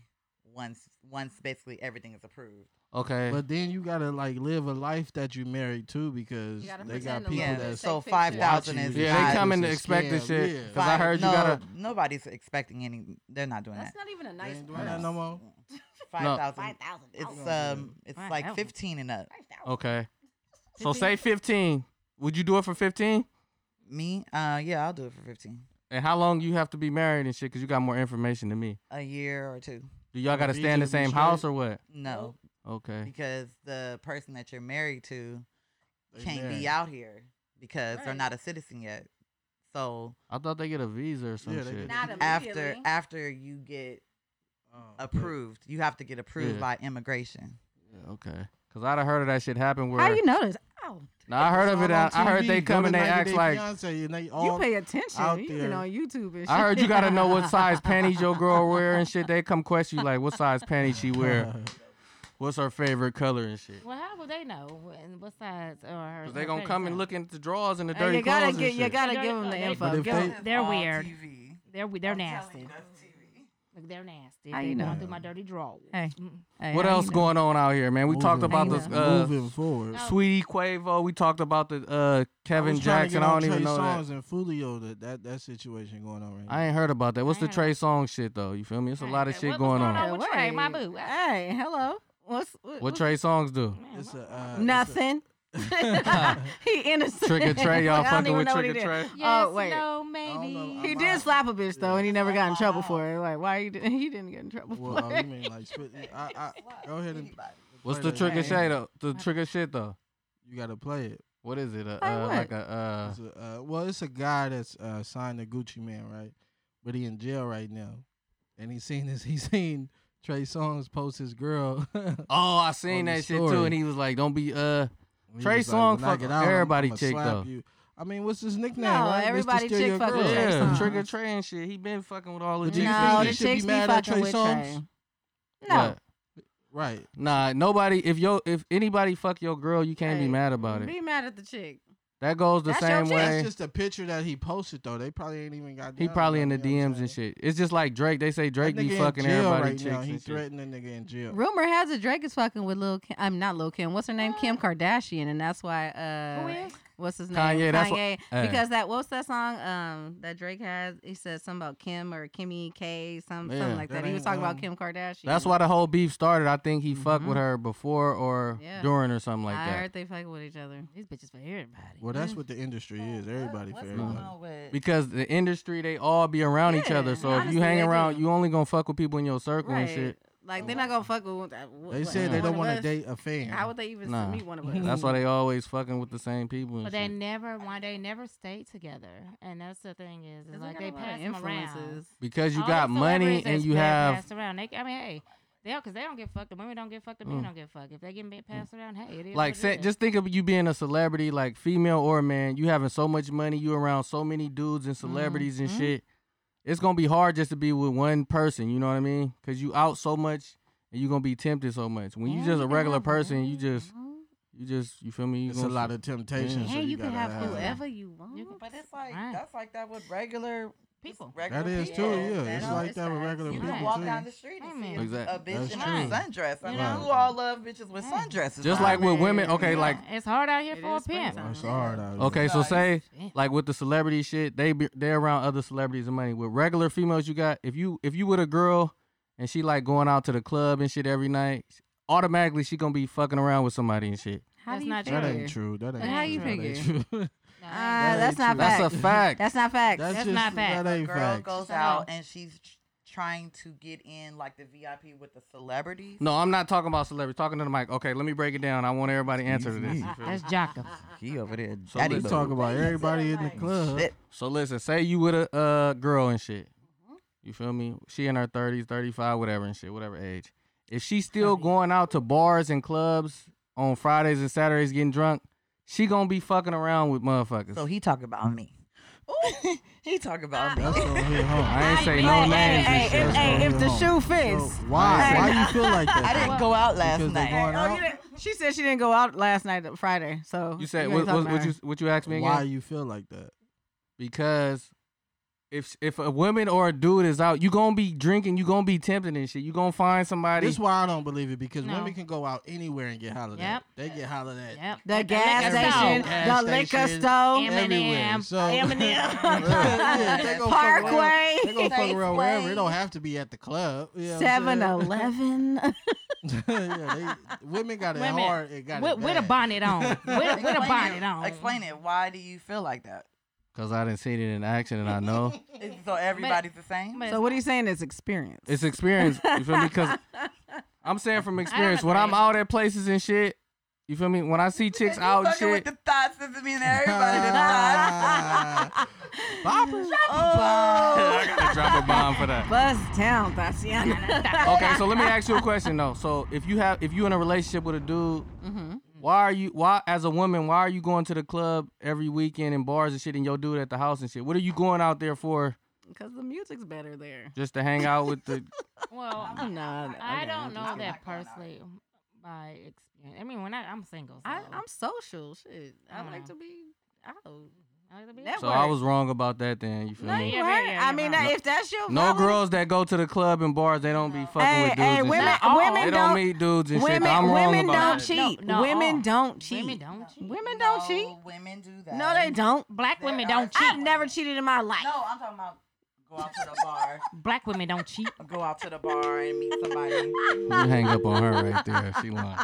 C: once once basically everything is approved.
B: Okay.
G: But then you gotta like live a life that you married to because
A: You gotta
G: they
A: pretend to
G: got people
A: love
C: yeah.
A: it.
G: that's
C: so
A: Take
C: five thousand
G: pictures.
C: is
B: yeah,
C: not-
B: they come in
G: It's a
B: expecting
G: scam,
B: shit.
G: yeah.
B: Cause I
C: five-
B: heard you
C: no,
B: gotta
C: Nobody's expecting any. They're not doing
A: That's
C: that.
A: not even a
G: they
A: nice.
G: ain't doing that no more.
C: Five thousand.
A: Five thousand.
C: It's um. It's
I: Mm. Five
C: like
I: thousand.
C: fifteen and up.
B: Okay. So say 15. Would you do it for 15?
C: Me? Uh, yeah, I'll do it for fifteen
B: And how long you have to be married and shit? Because you got more information than me.
C: a year or two.
B: Do y'all got to
G: Be
B: stay in the
G: easier to
B: same
G: be
B: house
G: straight.
B: or what?
C: No,
I: Oh.
B: Okay.
C: because the person that you're married to
G: They
C: can't
G: married.
C: be out here because they're
A: Right.
C: not a citizen yet. So
B: I thought they get a visa or some
G: Yeah, they
B: shit.
G: get
A: Not immediately.
C: after after you get
G: Oh, okay.
C: approved, you have to get approved
B: Yeah.
C: by immigration.
B: Yeah, okay. Because I'd have heard of that shit happen where
A: How you know this? Oh,
B: No, I heard of it. I, I heard they come and they act like.
G: Fiance, and they
A: You
G: all,
A: pay attention.
G: out
A: You've
G: there.
A: been on YouTube and shit.
B: I heard you gotta know what size panties your girl wear and shit. They come question you like, what size panties she wear, what's her favorite color and shit.
I: Well, how will they know? wh- And what size or her?
B: 'Cause they gonna come and look at the drawers and the
A: Hey,
B: dirty
A: you gotta
B: clothes
A: get,
B: and
A: you
B: shit.
A: gotta
I: They
A: give
I: don't-
A: them the
I: they-
A: info.
G: But if
A: Give 'em-
G: they-
I: They're
C: All
I: weird.
C: TV.
I: They're we- they're
C: I'm telling
I: nasty.
C: you, that's TV.
I: Look, they're nasty.
A: How
I: they
A: you
I: going
A: know?
I: through my dirty drawers.
A: Hey.
I: Mm.
A: Hey,
B: What
A: how you
B: else
A: know?
B: going on out here, man? We talked
G: Moving-
B: about this uh,
G: moving forward.
A: Oh.
B: Sweetie Quavo. We talked about the uh,
G: I was
B: Kevin
G: trying to
B: Jackson.
G: get
B: I
G: on
B: don't even
G: Trey
B: know that.
G: Songz and Fulio that, that that situation going on right now.
B: I ain't heard about that. What's
I: I
B: the
I: ain't
B: Trey Song shit though? You feel me? It's a
I: Right,
B: lot of
I: right.
B: shit
I: What- what's
B: going
I: going on
B: on.
I: with- What's Trey, my
A: Wait.
I: boo?
A: Hey, hello. What's what,
B: What
A: what's-
B: Trey Songs do?
I: Man,
G: It's
I: what-
G: a, uh, it's a-
A: Nothing. he innocent.
B: Trick or Trey, y'all
A: Like, I don't
B: fucking
A: even
B: with
A: know what
B: Trick or
A: he did.
B: Trey.
I: Yes,
A: Oh, wait.
I: no,
G: know.
I: maybe.
G: I'm
A: He
G: out.
A: did slap a bitch though, and he never got in
C: I'm
A: trouble
C: out.
A: for it. Like, why? Are you do- he didn't get in trouble for
G: Well, oh,
A: it.
G: you mean like spit? I, I, go ahead and.
B: What's
G: play
B: the trick or
G: that.
B: shit though? The trick or shit though.
G: You gotta play it.
B: What is it? Uh,
A: Like
B: uh,
A: what?
B: like a
G: It's a, uh, well, it's a guy that's uh, signed to Gucci Man, right? But he in jail right now, and he seen this. He seen Trey Songz post his girl.
B: uh, oh, I
G: On
B: seen
G: the
B: that shit
G: story.
B: too, and he was like, "Don't be uh."
G: He
B: Trey
G: was like,
B: Songz
G: "When I
B: fuck
G: get out,
B: everybody
G: I'ma
B: chick,
G: slap
B: though.
G: You. I mean, what's his nickname?
A: No,
G: right? Mr.
A: everybody
G: Steal
A: chick
G: Your
A: fuck with
G: Girl.
A: Trey
B: Yeah,
A: Songz.
B: trick or Trey and shit. He been fucking with all of
G: Do
B: these.
G: you
A: no,
G: think
A: the
G: he should be
A: chicks
G: mad at
A: fucking
G: Trey
A: with
G: Songz?
A: Trey. No,
B: What?
G: Right.
B: Nah, nobody. If yo, if anybody fuck your girl, you can't be
A: Hey,
B: mad about it.
A: Be mad at the chick.
B: That goes the
A: That's your
B: same
A: chick.
B: way.
G: That's just a picture that he posted though. They probably ain't even got.
B: He
G: down
B: probably
G: with
B: in the
G: him, you know what
B: DMs
G: I'm
B: and
G: saying?
B: shit. It's just like Drake. They say Drake
G: That nigga
B: be
G: in
B: fucking
G: jail
B: everybody
G: right
B: chicks.
G: now. He
B: and shit.
G: threatened a nigga in jail.
A: Rumor has it Drake is fucking with Lil Kim. I'm not Lil Kim. What's her name? Kim Kardashian, and that's why. Uh,
I: Who is?
A: What's his name?
B: Kanye, that's what-
A: Kanye.
B: Hey.
A: because that what's that song? Um, that Drake has. He said something about Kim or Kimmy K, some,
B: Yeah.
A: something like that.
G: That
A: He was
G: ain't,
A: talking about
G: um,
A: Kim Kardashian.
B: That's why the whole beef started. I think
G: Mm-hmm.
B: he fucked with her before or
A: Yeah.
B: during or something like
A: I
B: that.
A: heard they fucking with each other.
I: These bitches for everybody.
G: Well,
A: Mm.
G: that's what the industry is. Everybody for
C: What's
G: everybody.
C: going on with?
B: Because the industry, they all be around each other.
A: Yeah,
B: So if
A: honestly,
B: you hang
A: they
B: around,
A: do.
B: you only gonna fuck with people in your circle
A: Right.
B: and shit.
A: Like they're not gonna fuck with. That, uh,
G: They said they don't want to date a fan.
A: How would they even
B: Nah.
A: meet one of us?
B: That's
G: Mm-hmm.
B: why they always fucking with the same people. And
I: But they
B: shit.
I: never, why they never stayed together, and that's the thing is, is
A: It's
I: like
A: got
I: they
A: a lot of
I: pass them around.
B: Because you
I: All
B: got
I: the
B: money
I: celebrities
B: and
I: is
B: you
I: pa-
B: have.
I: passed around. They, I mean, hey, they because they don't get fucked. The women don't get fucked. The men don't get fucked. If they get ma- passed around, hey, it is
B: Mm. Like,
I: what it
B: say,
I: is.
B: just think of you being a celebrity, like female or man. You having so much money, you around so many dudes
I: Mm-hmm.
B: and celebrities and shit. It's gonna be hard just to be with one person. You know what I mean? Cause you out so much, and you gonna be tempted so much. When you
I: Yeah,
B: just
I: you
B: a
I: can
B: regular
I: have
B: person, you just, you just, you feel me? You
G: It's a
B: gonna-
G: lot of temptation.
B: Yeah.
G: so
A: Hey,
G: you,
A: you, can
G: gotta
A: have
G: have
A: whoever you want.
I: You can-
C: But it's like
I: Right.
C: that's like that with regular
I: people.
C: Regular
G: That is
C: people.
G: too. Yeah,
C: That's
G: it's
C: all-
G: like that with regular
C: You
G: people.
I: Right.
C: can walk
G: too.
C: down the street and see
I: Amen.
C: a- a
B: Exactly.
C: bitch
G: That's
C: in
G: true.
C: a sundress. I
I: You
C: mean,
G: know?
C: who all love bitches with sundresses?
B: Just
C: on?
B: like with women, okay,
I: Yeah,
B: like
I: it's hard out here
A: It
I: for a
A: is
I: pimp.
A: springtime.
G: That's hard out here.
B: Okay, so
C: Nice.
B: say
I: Yeah.
B: like with the celebrity shit, they be, they around other celebrities and money. With regular females, you got if you if you with a girl and she like going out to the club and shit every night, automatically she gonna be fucking around with somebody and shit.
A: How
I: That's
A: do you
I: not
G: That
A: figure?
G: ain't true. That ain't
A: How you
G: true. That
A: figure?
G: ain't true.
A: Uh,
I: No, that ain't-
A: that's
G: ain't
A: not
G: true.
A: fact.
B: That's a fact.
A: That's not fact.
G: That's,
I: That's
G: just,
I: not facts.
G: That
C: a
G: ain't
C: girl
G: facts.
C: goes
I: Shut
C: out
I: up.
C: and she's tr- trying to get in like the VIP with the celebrities.
B: no, I'm not talking about celebrities. Talking to the mic. Okay, let me break it down. I want everybody to answer to this.
I: that's Jocko.
C: He over there.
B: So
C: daddy
B: let's
C: mode.
G: talk about everybody in the club.
C: Shit.
B: So listen, say you with a uh, girl and shit. You feel me? She in her thirties, thirty five, whatever and shit, whatever age. If she's still going out to bars and clubs on Fridays and Saturdays getting drunk, she gonna be fucking around with motherfuckers.
C: So he talk about me. Ooh, he talk about me.
G: That's gonna hit home.
B: I ain't say
A: Hey,
B: no
A: hey,
B: names.
A: Hey, hey,
B: and shit.
A: if, hey, if the shoe fits.
G: Why? Why you feel like that?
C: I didn't go out last
G: Because
C: night.
G: they going
A: Oh, you
G: out.
A: didn't- she said she didn't go out last night, uh, Friday. So
B: You said
A: gotta talk
B: what, what,
A: about
B: what
A: her.
B: you what you asked me again?
G: Why you feel like that?
B: because if if a woman or a dude is out, you gonna be drinking, you gonna be tempted and shit. You gonna find somebody.
G: This is why I don't believe it because
I: No.
G: women can go out anywhere and get hollered
I: Yep.
G: at. They get hollered at.
I: Yep.
A: The gas
I: liquor
A: station,
I: store.
G: Gas
A: the liquor
G: station.
A: store,
G: Everywhere.
I: Eminem.
G: So, Yeah, yeah, they
A: Eminem,
G: gonna fuck around-
A: Parkway,
G: They gonna fuck around
C: Safeway.
G: wherever. It don't have to be at the club. You know what I'm saying?
A: 7 Eleven.
G: yeah, they, women got it
I: Women.
G: hard. It got
I: With,
G: it
I: with a
G: bad.
I: bonnet on. With, with a
C: Explain
I: bonnet
C: it.
I: on.
C: Explain it. Why do you feel like that?
B: Cause I didn't see it in action and I know
C: Is- So everybody's the same.
I: But
A: So, what are you saying? It's experience.
B: it's experience. You feel me? Cause I'm saying from experience when I'm
I: agree.
B: out at places and shit. You feel me? When I see chicks
C: You
B: out and
C: fucking with
B: shit,
C: the thoughts doesn't mean everybody the thoughts.
G: Ah, boppers.
B: I gotta drop a bomb for that.
A: Buzz down, Tatiana. Mm-hmm.
B: Okay, so let me ask you a question though. So if you have if you in a relationship with a dude Why are you? Why as a woman? Why are you going to the club every weekend and bars and shit, and your dude at the house and shit? What are you going out there for?
A: because the music's better there.
B: Just to hang out with the?
I: Well,
A: I'm not.
I: I
A: okay,
I: don't
A: I'm just
I: know
A: kidding.
I: that personally by experience. I mean, when I, I'm single, so
A: I, I'm social. Shit, I,
I: I don't
A: like
I: know.
A: to be out.
I: I like to be
A: that
B: so I
A: worked.
B: was wrong about that. Then you feel
A: No,
I: Yeah,
A: you
B: me?
I: yeah,
A: weren't.
I: yeah,
A: I
I: you're
A: mean,
I: right.
A: if that's your
B: No
A: valid-
B: girls that go to the club and bars, they don't be fucking
A: Hey,
B: with dudes.
A: hey,
B: and
A: women,
B: shit.
I: Not all.
A: women
B: They
A: don't,
B: don't meet dudes and shit.
A: women,
B: I'm wrong
A: women
B: about
A: don't
B: that.
I: No,
A: cheat.
I: no,
A: women
I: all.
A: don't cheat.
I: Women don't cheat.
A: Women don't
C: No,
A: cheat.
C: Oh, Women do that.
A: Oh, No, they don't.
I: Black
C: There
I: women
C: are
I: don't
C: cheat.
I: cheat.
A: I've never cheated in my life.
C: No, I'm talking about go out to the bar,
I: Black women don't cheat.
C: go out to the bar and meet somebody.
B: You hang up on her right there. She lying.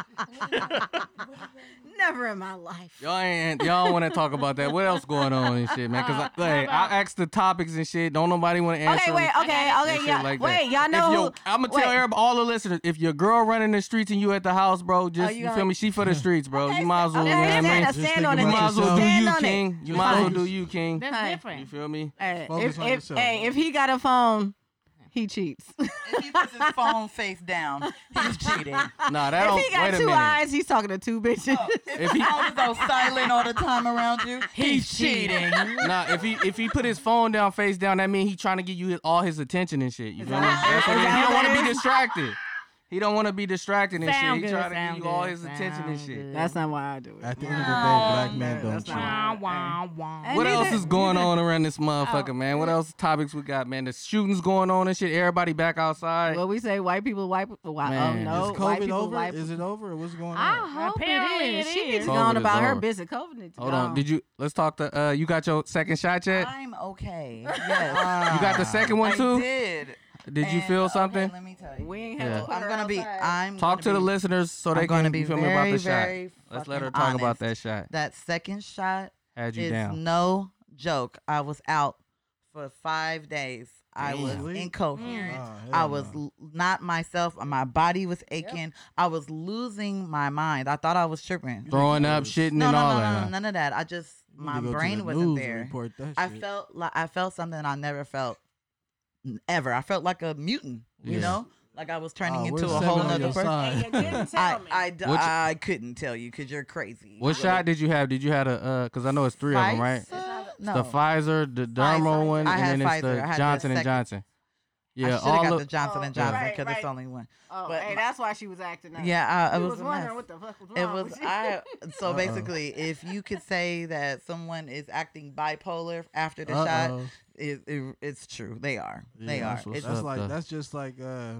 A: Never in my life.
B: Y'all ain't y'all want to talk about that. What else going on and shit, man? Cause I,
I: Uh, how
B: like,
I: about-
B: I asked the topics and shit. Don't nobody want to answer.
A: Okay, wait,
B: them
A: okay,
I: got
B: and
A: okay,
B: shit
A: yeah.
B: like that.
A: wait, y'all
B: If
A: know
B: your-
A: who
B: I'ma tell
A: wait.
B: every- all the listeners, if your girl running the streets and you at the house, bro, just
A: Oh, you
B: you,
A: gonna-
B: feel me? She for the streets, bro.
A: Okay,
B: you might as well,
A: okay,
B: you know what I
A: stand,
B: mean?
A: up,
G: Just
A: stand
G: think
A: on
B: You
A: it.
G: about
B: might as well do
A: Stand
B: you,
A: on it.
B: king. You might as well
G: Focus.
B: do you, king.
I: That's
A: Hey.
B: You
I: different.
B: feel me?
A: Hey,
G: Focus
A: if,
G: on
A: if,
G: yourself.
A: hey, if he got a phone, he cheats.
C: If he puts his phone face down, he's cheating.
B: Nah, that
A: if
B: don't.
A: he got
B: Oh, wait a
A: two
B: minute. Oh.
A: eyes, he's talking to two bitches.
B: If he
C: Phone go silent all the time around you. He's cheating.
B: nah, if he if he put his phone down, face down, that mean he trying to get you his, all his attention and shit. You feel me?
A: that-
B: That's what
A: is
B: it is.
A: that
B: He don't
A: what
B: want
A: it
B: to be
A: is?
B: distracted. He don't want to be distracted and
I: Sound
B: shit. He
I: good,
B: trying to give
I: sound
B: you all
I: good,
B: his attention and
I: sound
B: shit.
I: good.
A: That's not why I do it.
G: At the end of the day, black men
A: No,
G: don't
A: that's
G: cheat.
A: not-
I: Wah, wah, wah.
A: And
B: What
A: neither-
B: else is going on around this motherfucker,
I: Oh.
B: man? What else topics we got, man? The shootings going on and shit. Everybody back outside.
A: Well, we say white people white people. White,
B: Man.
A: oh no,
G: Is
A: white
G: COVID
A: people
G: over?
A: white
G: Is it over? Or what's going
A: I
G: on?
A: hope
I: Apparently
A: it is.
I: it
A: She needs
I: is.
A: to go on
B: COVID is
A: about her
B: over.
A: business. COVID needs to
B: Hold
A: go
B: on. Did you? Let's talk to. Uh, you got your second shot yet?
C: I'm okay. Yes.
B: You got the second one
C: I
B: too.
C: did.
B: Did you
C: And,
B: feel
C: okay,
B: something?
C: let me tell you.
A: We ain't
B: Yeah.
A: have to put
C: I'm
A: her
C: gonna be.
A: outside.
C: I'm
B: Talk to
C: gonna
B: the
C: be-
B: listeners so
C: I'm
B: they
C: gonna
B: can
C: be
B: you feel me about
C: very,
B: the shot.
C: very
B: Let's let
C: fucking
B: her talk about
C: honest.
B: that shot.
C: That second shot
B: Had you
C: is
B: down.
C: no joke. I was out for five days. I was
G: Damn.
C: incoherent.
G: Ah, hell
C: I was
G: no.
C: l- not myself. My body was aching. I was losing my mind. I thought I was tripping.
B: Throwing up, shitting,
C: no,
B: and
C: no,
B: all
C: no,
B: that.
C: no,
B: huh?
C: no, none of that. I just
G: You need
C: my
G: to go to
C: brain
G: the
C: wasn't
G: news and
C: there.
G: Report that
C: I
G: shit.
C: felt like I felt something I never felt n- ever. I felt like a mutant.
B: Yeah.
C: You know, like I was turning
G: Oh, we're
C: into a
G: seven
C: whole
G: on
C: other
G: your
C: person.
G: side.
A: And you didn't tell
C: I,
A: me.
C: I, d-
B: What you-
C: I couldn't tell you because you're crazy.
B: What shot did you have? Did you had a? Uh, Cause I know it's three of them, right?
C: No.
B: The Pfizer, the dermal one,
C: I had
B: and then it's
C: Pfizer. I
B: the
C: had the
B: Johnson and
C: second.
B: Johnson.
C: I
B: Yeah,
C: should have
B: all
C: got
B: of
C: the Johnson and
B: Yeah.
C: Johnson
A: Right,
C: because
A: Oh, right.
C: it's only one.
A: oh,
C: but
A: hey,
C: my-
A: that's why she was acting up.
C: Yeah, I, it
A: She
C: was,
A: was
C: a
A: wondering
C: mess.
A: what the fuck was
C: it
A: wrong.
C: was
A: with you.
C: I. So
G: Uh-oh.
C: basically, if you could say that someone is acting bipolar after the shot,
G: Uh-oh.
C: it, it, it's true. They are. They
G: Yeah,
C: are.
B: that's what's
C: It's-
G: That's
B: up, though.
G: like that's just like uh,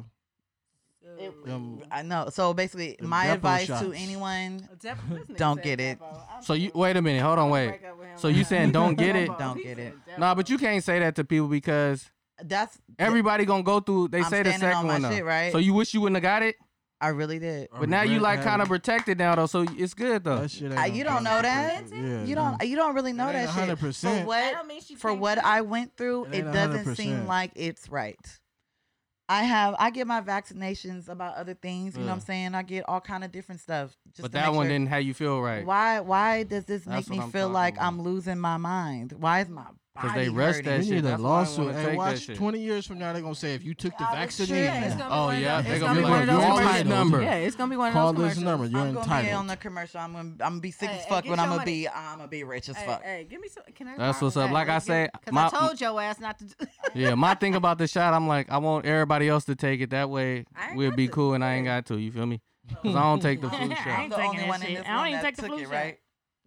G: them
C: I know. So basically,
G: Them
C: my
G: Depo
C: advice to
G: shots.
C: anyone:
A: Dep- this nigga
C: Don't
A: said
C: get it.
A: Depo. I'm
B: So you
A: so-
B: wait a minute. Hold on,
A: I'll
B: wait.
A: break up with him.
B: So you saying don't get it?
A: Depo.
C: Don't
A: He
C: get
A: said Depo.
B: Nah, but you can't say that to people because
C: that's
B: everybody gonna go through. They
C: I'm
B: say the
C: standing
B: second
C: on my
B: one, though.
C: shit, right?
B: So you wish you wouldn't have got it,
C: I really did.
G: I
B: but now you
G: regret
B: like kind
G: having-
B: of protected now, though. So it's good though.
G: That shit.
C: Uh,
G: ain't
C: you
G: no
C: don't know that.
G: 100%. Yeah,
C: You don't. You don't really know
G: It ain't
C: that shit.
G: 100%.
C: For
A: That
C: what?
A: don't mean she
C: For
A: thinks
C: what
A: you-
C: I went through,
G: It
C: it,
G: ain't
C: doesn't
G: 100%.
C: seem like it's right. I have. I get my vaccinations about other things. You know what I'm
B: Yeah.
C: saying? I get all kind of different stuff. Just
B: but
C: to
B: that
C: make
B: one
C: sure-
B: didn't how you feel right.
C: Why? Why does this
B: That's
C: make
B: what
C: me
B: I'm
C: feel
B: talking
C: like
B: about.
C: I'm losing my mind? Why is my
B: Because
C: body
B: they rushed that
C: hurting?
G: We
B: shit.
G: need a
B: That's why I wanna
G: lawsuit.
B: take
G: Hey,
B: that
G: watch
B: shit.
G: 20 years from now, they're going to say if you took the
A: Oh, it's
G: vaccination,
A: true. It's gonna be
B: Oh,
A: one of
B: yeah,
A: those-
B: they
A: it's
B: gonna be
A: one
B: like,
A: of those
B: you
A: commercials.
B: entitled. number.
A: Yeah, it's gonna be one of
G: call
A: those
G: this
A: commercials.
G: number. You're
C: I'm gonna be on
G: entitled.
C: the commercial. I'm gonna. I'm gonna be sick
A: Hey,
C: as
A: hey,
C: fuck.
A: get
C: But
A: your
C: I'm gonna
A: money.
C: be. I'm gonna be rich as
A: Hey,
C: fuck.
A: hey, give me some. Can I
B: That's what's up. Like I said,
A: because
B: my-
A: I told your ass not to. Do,
B: yeah, my thing about the shot, I'm like, I want everybody else to take it. That way
A: I ain't
B: we'll
A: got
B: be
A: to.
B: cool, and I ain't got to. You feel me?
C: Oh.
B: Because I don't take the
I: I
B: flu
I: ain't
B: shot.
C: the
I: taking
C: only
I: that
C: one in
I: shit.
C: this
I: I
C: one
I: don't even
C: that
I: take the
C: took
I: flu
C: it,
I: shot.
C: right?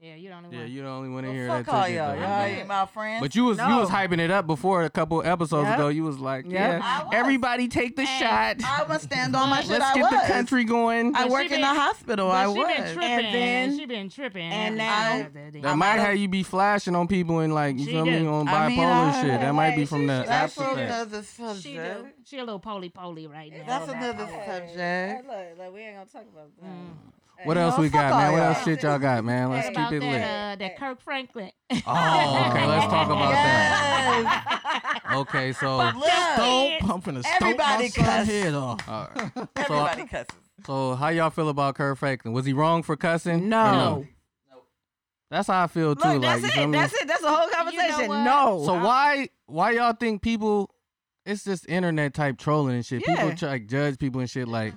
I: Yeah, you don't
B: Yeah,
I: even.
B: you're the only one in
C: Well,
B: here that
C: fuck
B: took
C: all
B: it.
C: y'all.
B: though.
C: Y'all
B: Yeah.
C: ain't my friends.
B: But you was you was
A: No.
B: hyping it up before a couple episodes
A: Yep.
B: ago. You was like,
A: Yep.
B: yeah,
C: I was.
B: everybody take the
I: Hey,
B: shot.
C: I would stand on my shit.
B: Let's
C: I
B: get
C: was.
B: the country going.
C: I
I: But
C: work
I: she
C: in the
I: been-
C: hospital. I
I: she
C: was.
I: been tripping. And
A: then-
I: then she been tripping.
A: and
I: after that.
B: That might have you be flashing on people and like you
I: She
B: feel me
I: do.
B: on bipolar
C: I mean, I-
B: shit. That might be
A: Wait,
B: from
A: she-
B: the
A: she-
C: That's
A: Absolutely.
B: aftermath.
C: another
A: She do.
C: subject.
I: She a little poly poly right now.
C: That's
I: About
C: another
I: that.
C: subject.
A: Hey, look, look, we ain't gonna talk about that.
G: Mm.
B: What
C: You
B: else
C: know,
B: we
C: fuck
B: got,
C: all
B: man? What
C: y'all.
B: else shit y'all got, man?
I: What
B: Let's
I: about
B: keep it
I: that,
B: lit.
I: uh,
A: Eh.
I: that Kirk Franklin.
B: Oh, okay. Let's talk about that.
C: Yes.
B: Okay, so
C: Look,
G: Don't pump in the
C: Everybody cuss.
G: head off.
B: all right. uh, so,
C: everybody cusses.
B: so how y'all feel about Kirk Franklin? Was he wrong for cussing? or
A: No.
B: That's how I feel too.
A: Look,
B: like
A: that's
B: you feel
A: it.
B: me?
A: That's it. That's the whole conversation.
I: what?
A: no.
B: So why why y'all think people? It's just internet type trolling and shit.
A: Yeah.
B: People try, like judge people and shit. Like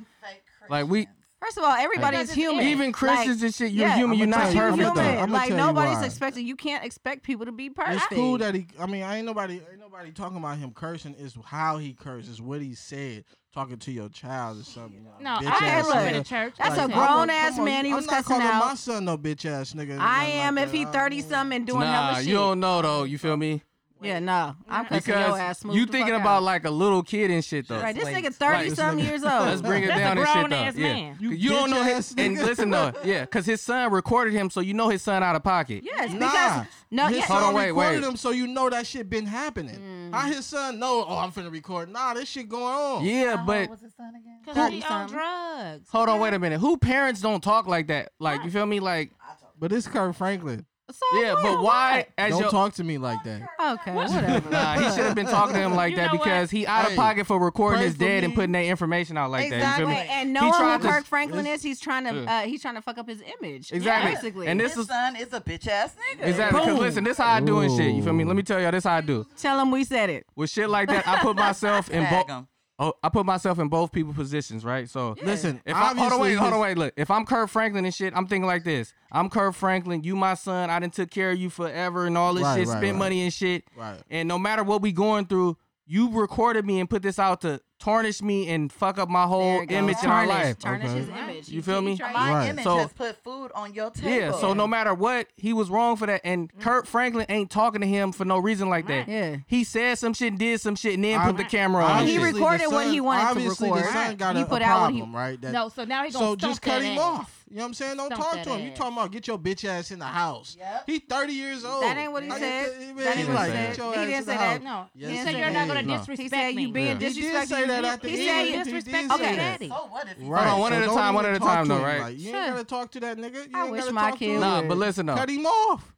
B: like we
A: First of all, everybody's
I: it's
A: human.
I: it.
B: Even Christians
A: Like,
B: and shit, you're
A: yeah,
B: human. You're
G: I'ma
B: not
G: tell you
A: you're
B: perfect
G: something.
B: though.
A: human.
G: I'ma
A: Like
G: tell you
A: nobody's
G: why.
A: expecting. You can't expect people to be perfect.
G: It's cool that he. I mean, I ain't nobody. Ain't nobody talking about him cursing. It's how he curses. What he said. Talking to your child or something.
I: No,
G: bitch
I: I
A: ass nigga.
I: ain't living in a church.
A: That's
I: Like,
A: a
G: I'm not-
I: I'm-
A: grown ass
G: come on,
A: man he
G: I'm
A: was
G: not
A: cussing
G: calling
A: out.
G: my son no bitch ass nigga.
A: I
G: nothing
A: am
G: like
A: if
G: that.
A: he
G: I
A: thirty
G: mean,
A: something and doing
B: Nah,
A: hella
B: you
A: shit.
B: don't know though. You feel me?
A: Yeah, no, I'm cussing your ass.
B: Because
A: Smooth
B: you
A: the fuck
B: thinking
A: out.
B: about like a little kid and shit though.
A: right? This nigga
C: Like,
A: thirty
B: this
A: some
B: nigga-
A: years old.
B: Let's bring it
I: That's a
B: down and shit though.
I: grown-ass
B: yeah.
I: man.
B: You,
G: You
B: don't know
G: bitch
B: his
G: ass
B: and
G: nigga.
B: listen though. Yeah, cause his son recorded him, so you know his son out of pocket.
A: Yes,
G: Nah,
A: because no,
G: his
A: yeah,
B: Hold
G: son
B: on, wait,
G: recorded
B: wait.
G: him, so you know that shit been happening.
A: Mm.
G: How his son know? Oh, I'm finna record. Nah, this shit going on.
B: Yeah, but
C: What's his son again?
I: 'cause he
A: 30
I: on
A: something.
I: drugs.
B: hold on, wait a minute. Who parents don't talk like that? Like you feel me? Like
G: But it's Kurt Franklin.
A: so
B: yeah,
A: what?
B: but why? As
G: Don't
B: your,
G: talk to me like that.
A: Okay, whatever.
B: Nah, he should have been talking to him like
I: You
B: that
I: know
B: because he out
G: Hey,
B: of pocket for recording
G: pray
B: his
G: for
B: dad and
G: me.
B: putting that information out like that. You
A: Wait,
B: feel me?
C: Exactly.
A: and
B: He
A: knowing who
B: tried to-
A: Kirk Franklin
G: this-
A: is, he's trying to uh, he's trying to fuck up his image.
B: Exactly.
A: basically.
B: And this
C: His
B: is-
C: son is a bitch ass nigga.
B: Exactly. Because
G: Boom.
B: listen, this how I do and shit. You feel me? Let me tell y'all, this how I do.
A: tell him we said it.
B: With shit like that, I put myself in
C: Tag
B: both.
C: him.
B: Oh, I put myself in both people positions, right? So
G: Listen,
B: If I, hold on,
G: obviously
B: wait, hold on,
G: this-
B: wait. Look, if I'm Kurt Franklin and shit, I'm thinking like this. I'm Kurt Franklin. You my son. I done took care of you forever and all this
G: Right,
B: shit.
G: right,
B: spent
G: right.
B: money and shit.
G: Right.
B: And no matter what we going through, you recorded me and put this out to tarnish me and fuck up my whole
A: There it goes.
B: image and our
A: tarnish,
B: life.
A: Tarnish
G: Okay.
A: his image.
B: You feel
A: he
B: me?
A: tried-
C: My
G: Right.
C: image
B: So-
C: has put food on your table.
B: Yeah, so no matter what, he was wrong for that. And
A: Mm.
B: Kurt Franklin ain't talking to him for no reason like that.
A: Yeah.
B: He said some shit, did some shit, and then
G: Ob-
B: put the camera on. and
A: He
G: obviously
B: shit.
G: the
A: recorded what
G: son-
A: he wanted to
G: obviously
A: record.
G: the son got
A: He
G: a,
A: put
G: a
A: out what he-
G: problem, right? That-
I: No, so now he gonna
G: so
I: stomp
G: just cut
I: that
G: him
I: ass.
G: off. You know what I'm saying? Don't
I: Stomp
G: talk
I: that
G: to him. You
I: ass.
G: talking about get your bitch ass in the house. He 30 years old.
A: That ain't what he
G: Like,
A: said. That
G: he- he
A: ain't
B: what he
G: like,
B: said.
G: get your
A: He
G: ass
A: didn't
G: in the
A: say
G: house.
A: that.
I: No,
G: Yes,
I: he
G: he
I: said you're not gonna
G: did.
A: No.
I: disrespect
A: He said
I: me.
A: you being
G: He did say
A: disrespectful.
G: that at the
A: He
G: end.
A: said you
G: He did
I: disrespected
G: say
A: your
G: that.
A: daddy.
C: So what if he
B: Right. on, one at a
G: don't
B: time, one
G: even
B: at a
G: talk
B: time
G: to
B: though,
G: him.
B: right?
G: Like, you
A: Sure.
G: ain't gotta talk to that nigga. You
A: I
G: ain't
A: wish
G: gotta
A: my
G: talk to
A: kid
G: him.
B: Nah,
A: would.
B: but listen though.
G: Cut him off.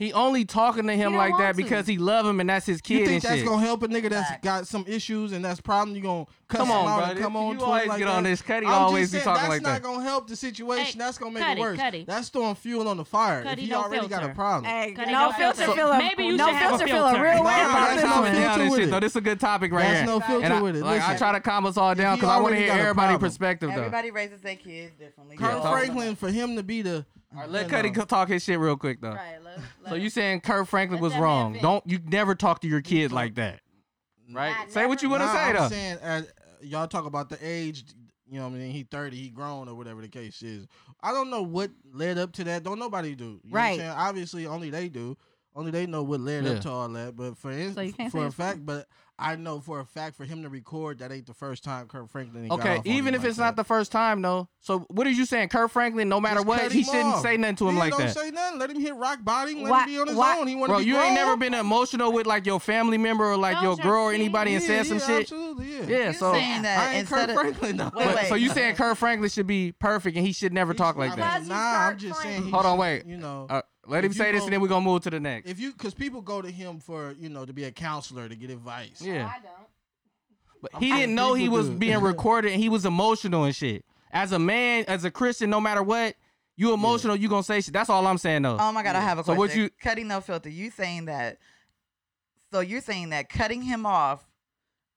B: He only talking to him
A: don't
B: like that
A: want to.
B: because he love him and that's his kid
G: You think
B: and
G: that's
B: shit.
G: gonna help a nigga that's
C: Facts.
G: got some issues and that's problem? You gonna cuss
B: Come
G: him
B: on,
G: out
B: bro.
G: and come
B: You
G: on to him
B: always
G: like
B: get
G: that?
B: on this. Cuddy
G: I'm
B: always
G: just
B: be
G: saying,
B: talking like
G: That's
B: that.
G: not gonna help the situation. that's gonna make
I: Cuddy,
G: it worse.
I: Cuddy.
G: That's throwing fuel on the fire.
I: Cuddy,
G: if he
I: no
G: already got a
I: filter.
G: problem.
A: Hey,
I: Cutting
A: no
I: out
A: filter,
I: filter.
A: feel a
I: Maybe you
A: no
I: should have a
A: filter, feel a
I: filter.
A: real way
G: Nah,
A: about
G: that's
B: Let's
A: this
G: not
B: calm it
A: one.
G: filter
B: down and
G: with
B: shit
G: it.
B: though. This is a good topic right
G: That's
B: here.
G: no filter
B: and I,
G: with it.
B: Like, I
G: Listen.
B: try to calm us all down
G: If
B: because
G: you
B: I want to
G: already
B: hear
G: got a
B: everybody's
G: problem.
B: perspective though.
C: Everybody raises their kids differently.
G: Kurt
B: Yeah.
G: Franklin, for him to be the uh,
B: All right, let Cuddy co- talk his shit real quick though.
A: Right, let-
B: So
A: let-
B: you saying Kurt Franklin
A: Let
B: was
A: that man
B: wrong?
A: vent.
B: Don't you never talk to your kid like that, right?
A: I
B: say what
A: never-
B: you want to
G: Nah,
B: say
G: I'm
B: though.
G: saying, as, y'all talk about the age. You know what I mean? He thirty, he grown or whatever the case is. I don't know what led up to that. Don't nobody do. You know what I'm
A: Right.
G: saying? Obviously, only they do. Only they know what led
B: Yeah.
G: up to all that. But for
A: So you
G: instance,
A: can't say
G: for a
A: it's
G: fact, but I know for a fact for him to record that ain't the first time Kurt Franklin. he got
B: Okay,
G: off on
B: even
G: him
B: if
G: like
B: it's not
G: that.
B: the first time though. So what are you saying, Kurt Franklin? No matter
G: Just
B: what,
G: cut
B: he
G: him
B: shouldn't
G: off.
B: say nothing to him
G: yeah,
B: like
G: don't
B: that.
G: Say nothing. Let him hit rock bottom. Let
A: Why-
G: him be on his
A: why-
G: own. He want to
B: Bro,
G: be
B: you ain't
G: grown.
B: never been emotional with like your family member or like
I: Don't
B: your
I: you
B: girl or
I: see?
B: anybody and
G: yeah,
B: said some
G: yeah,
B: shit.
G: Absolutely, yeah.
B: Yeah, so
C: saying that
G: I ain't
C: instead
G: Kurt
C: of-
G: Franklin. though.
C: Wait,
B: but-
C: wait.
B: so you saying Kurt Franklin should be perfect and he should never talk like
A: I
B: that?
A: mean,
G: Nah, I'm
A: Because he's
G: just
A: Kurt
G: saying. he
B: Hold on,
G: should-
B: wait.
G: You know,
B: Uh, let him
G: if you
B: say this and
G: go-
B: then we're gonna move to the next.
G: if you because people go to him for you know to be a counselor to get advice.
B: Yeah,
A: don't.
B: but he didn't know he
G: people
B: was
G: do.
B: being recorded and he was emotional and shit. As a man, as a Christian, no matter what, you emotional, you gonna say shit. That's all I'm saying though.
C: Oh my god, I have a
B: So
C: question.
B: what you-
C: cutting no filter? You saying that? So you're saying that cutting him off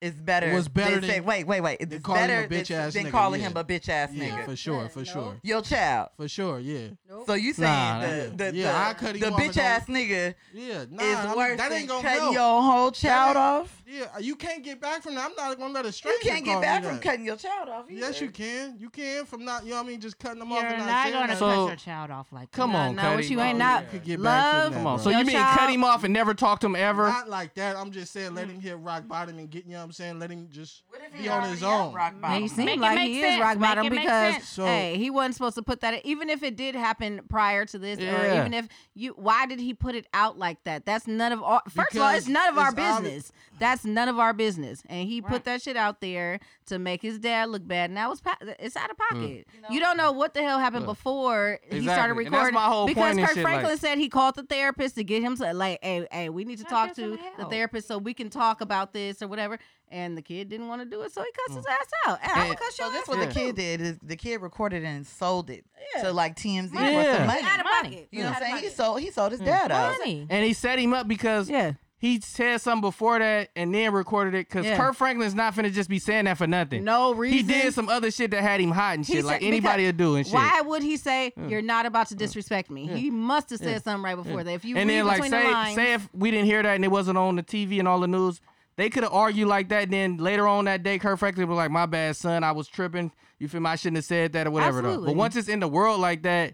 C: is better?
G: Was better
C: than, say-
G: than-
C: wait, wait, wait. It's
G: than calling him a
C: better
G: bitch
C: than,
G: ass
C: than
G: nigga,
C: calling
G: yeah.
C: him a bitch ass
G: yeah,
C: nigga.
G: for sure, for
A: No.
G: sure,
C: Your child.
G: for sure, yeah,
C: So you saying
B: Nah,
C: the,
G: nah.
C: the,
G: Yeah, I
C: the,
G: cut him
C: the
G: off and
C: bitch ass
G: don't-
C: nigga
G: yeah. Nah,
C: is
G: I mean,
C: worse
G: that
C: than
G: ain't gonna
C: cutting
G: help.
C: your whole child
G: ain't-
C: off?
G: Yeah, uh, you can't get back from that. I'm not gonna let a
C: You
G: stranger.
C: can't get
G: call me
C: back from
G: that.
C: cutting your child off. Either.
G: Yes, you can. You can from not. You know what I mean? Just cutting them off
I: You're
G: and
I: not
G: not,
I: gonna
G: saying
B: So-
I: cut your child off like
B: Come
I: that.
B: on,
A: No,
B: Cuddy.
A: what you ain't
G: Oh,
A: not.
G: yeah. Could get back from
A: Love.
G: that,
B: Come on.
G: bro.
B: So
A: your
B: you mean
A: child-
B: cut him off and never talk to him ever?
G: Not like that. I'm just saying, let him hit rock bottom and get. You know what I'm saying? Let him just be on his own.
A: He
I: Make
A: seemed
I: it
A: like
I: make
A: he is
I: sense.
A: rock
I: Make
A: bottom
I: it make
A: because
I: sense.
G: So-
A: hey, he wasn't supposed to put that. Even if it did happen prior to this, or
B: Yeah.
A: even if you, why did he put it out like that? That's none of our. First of all,
G: Because
A: it's none of our
G: it's obvi-
A: business. That's none of our business. And he put
I: Right.
A: that shit out there to make his dad look bad. And that was pa- it's out of pocket. You don't know what the hell happened before he started
B: Hmm. Exactly. And that's
A: recording.
B: my whole
A: because
B: point and
A: Kirk
B: shit, like-
A: Franklin said he called the therapist to get him to like, hey, hey, we need to
I: That
A: talk
I: doesn't
A: to the
I: help.
A: therapist so we can talk about this or whatever. And the kid didn't want to do it, so he cussed his ass out. And, I would
B: And-
A: cuss your
C: So
A: ass
C: this what
B: Yeah.
C: the kid did is the kid recorded it and sold it to like TMZ
B: Yeah.
C: for some money.
A: out of
I: Money.
A: pocket.
C: You know what
A: Out of
B: Mm.
C: I'm saying? He
A: pocket.
C: sold he sold his dad out.
I: Money.
B: and he set him up because
A: Yeah.
B: he said something before that and then recorded it because
A: Yeah.
B: Kurt Franklin's not finna just be saying that for nothing.
A: No reason.
B: He did some other shit that had him hot and
A: He
B: shit, like
A: said-
B: anybody would
A: because
B: do and shit.
A: Why would he say you're not about to disrespect me? He must have said
B: Yeah.
A: something right before that. If you
B: and
A: read
B: then like
A: between
B: say
A: the lines,
B: say if we didn't hear that and it wasn't on the TV and all the news, they could have argued like that. Then later on that day, Kurt Franklin was like, "My bad, son. I was tripping. You feel me? I shouldn't have said that or whatever." Though.
A: Absolutely.
B: But once it's in the world like that,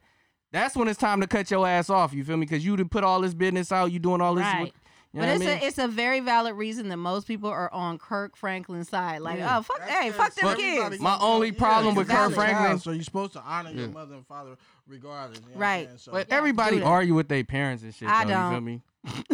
B: that's when it's time to cut your ass off. You feel me? Because you done put all this business out. You doing all this.
I: Right.
A: but
B: You know what I
A: it's
B: mean?
A: a it's a very valid reason that most people are on Kirk Franklin's side. Like,
B: Yeah.
A: oh fuck,
G: That's
A: hey,
G: good.
A: fuck them
B: But
A: kids.
B: my only problem with
A: Kurt
G: Valid.
B: Franklin-
G: So you're supposed to honor your
B: Yeah.
G: mother and father regardless. you know what I'm
A: Right.
G: saying? So-
B: But everybody
A: do that.
B: argue with their parents and shit.
A: I
B: though,
A: don't.
B: You feel me?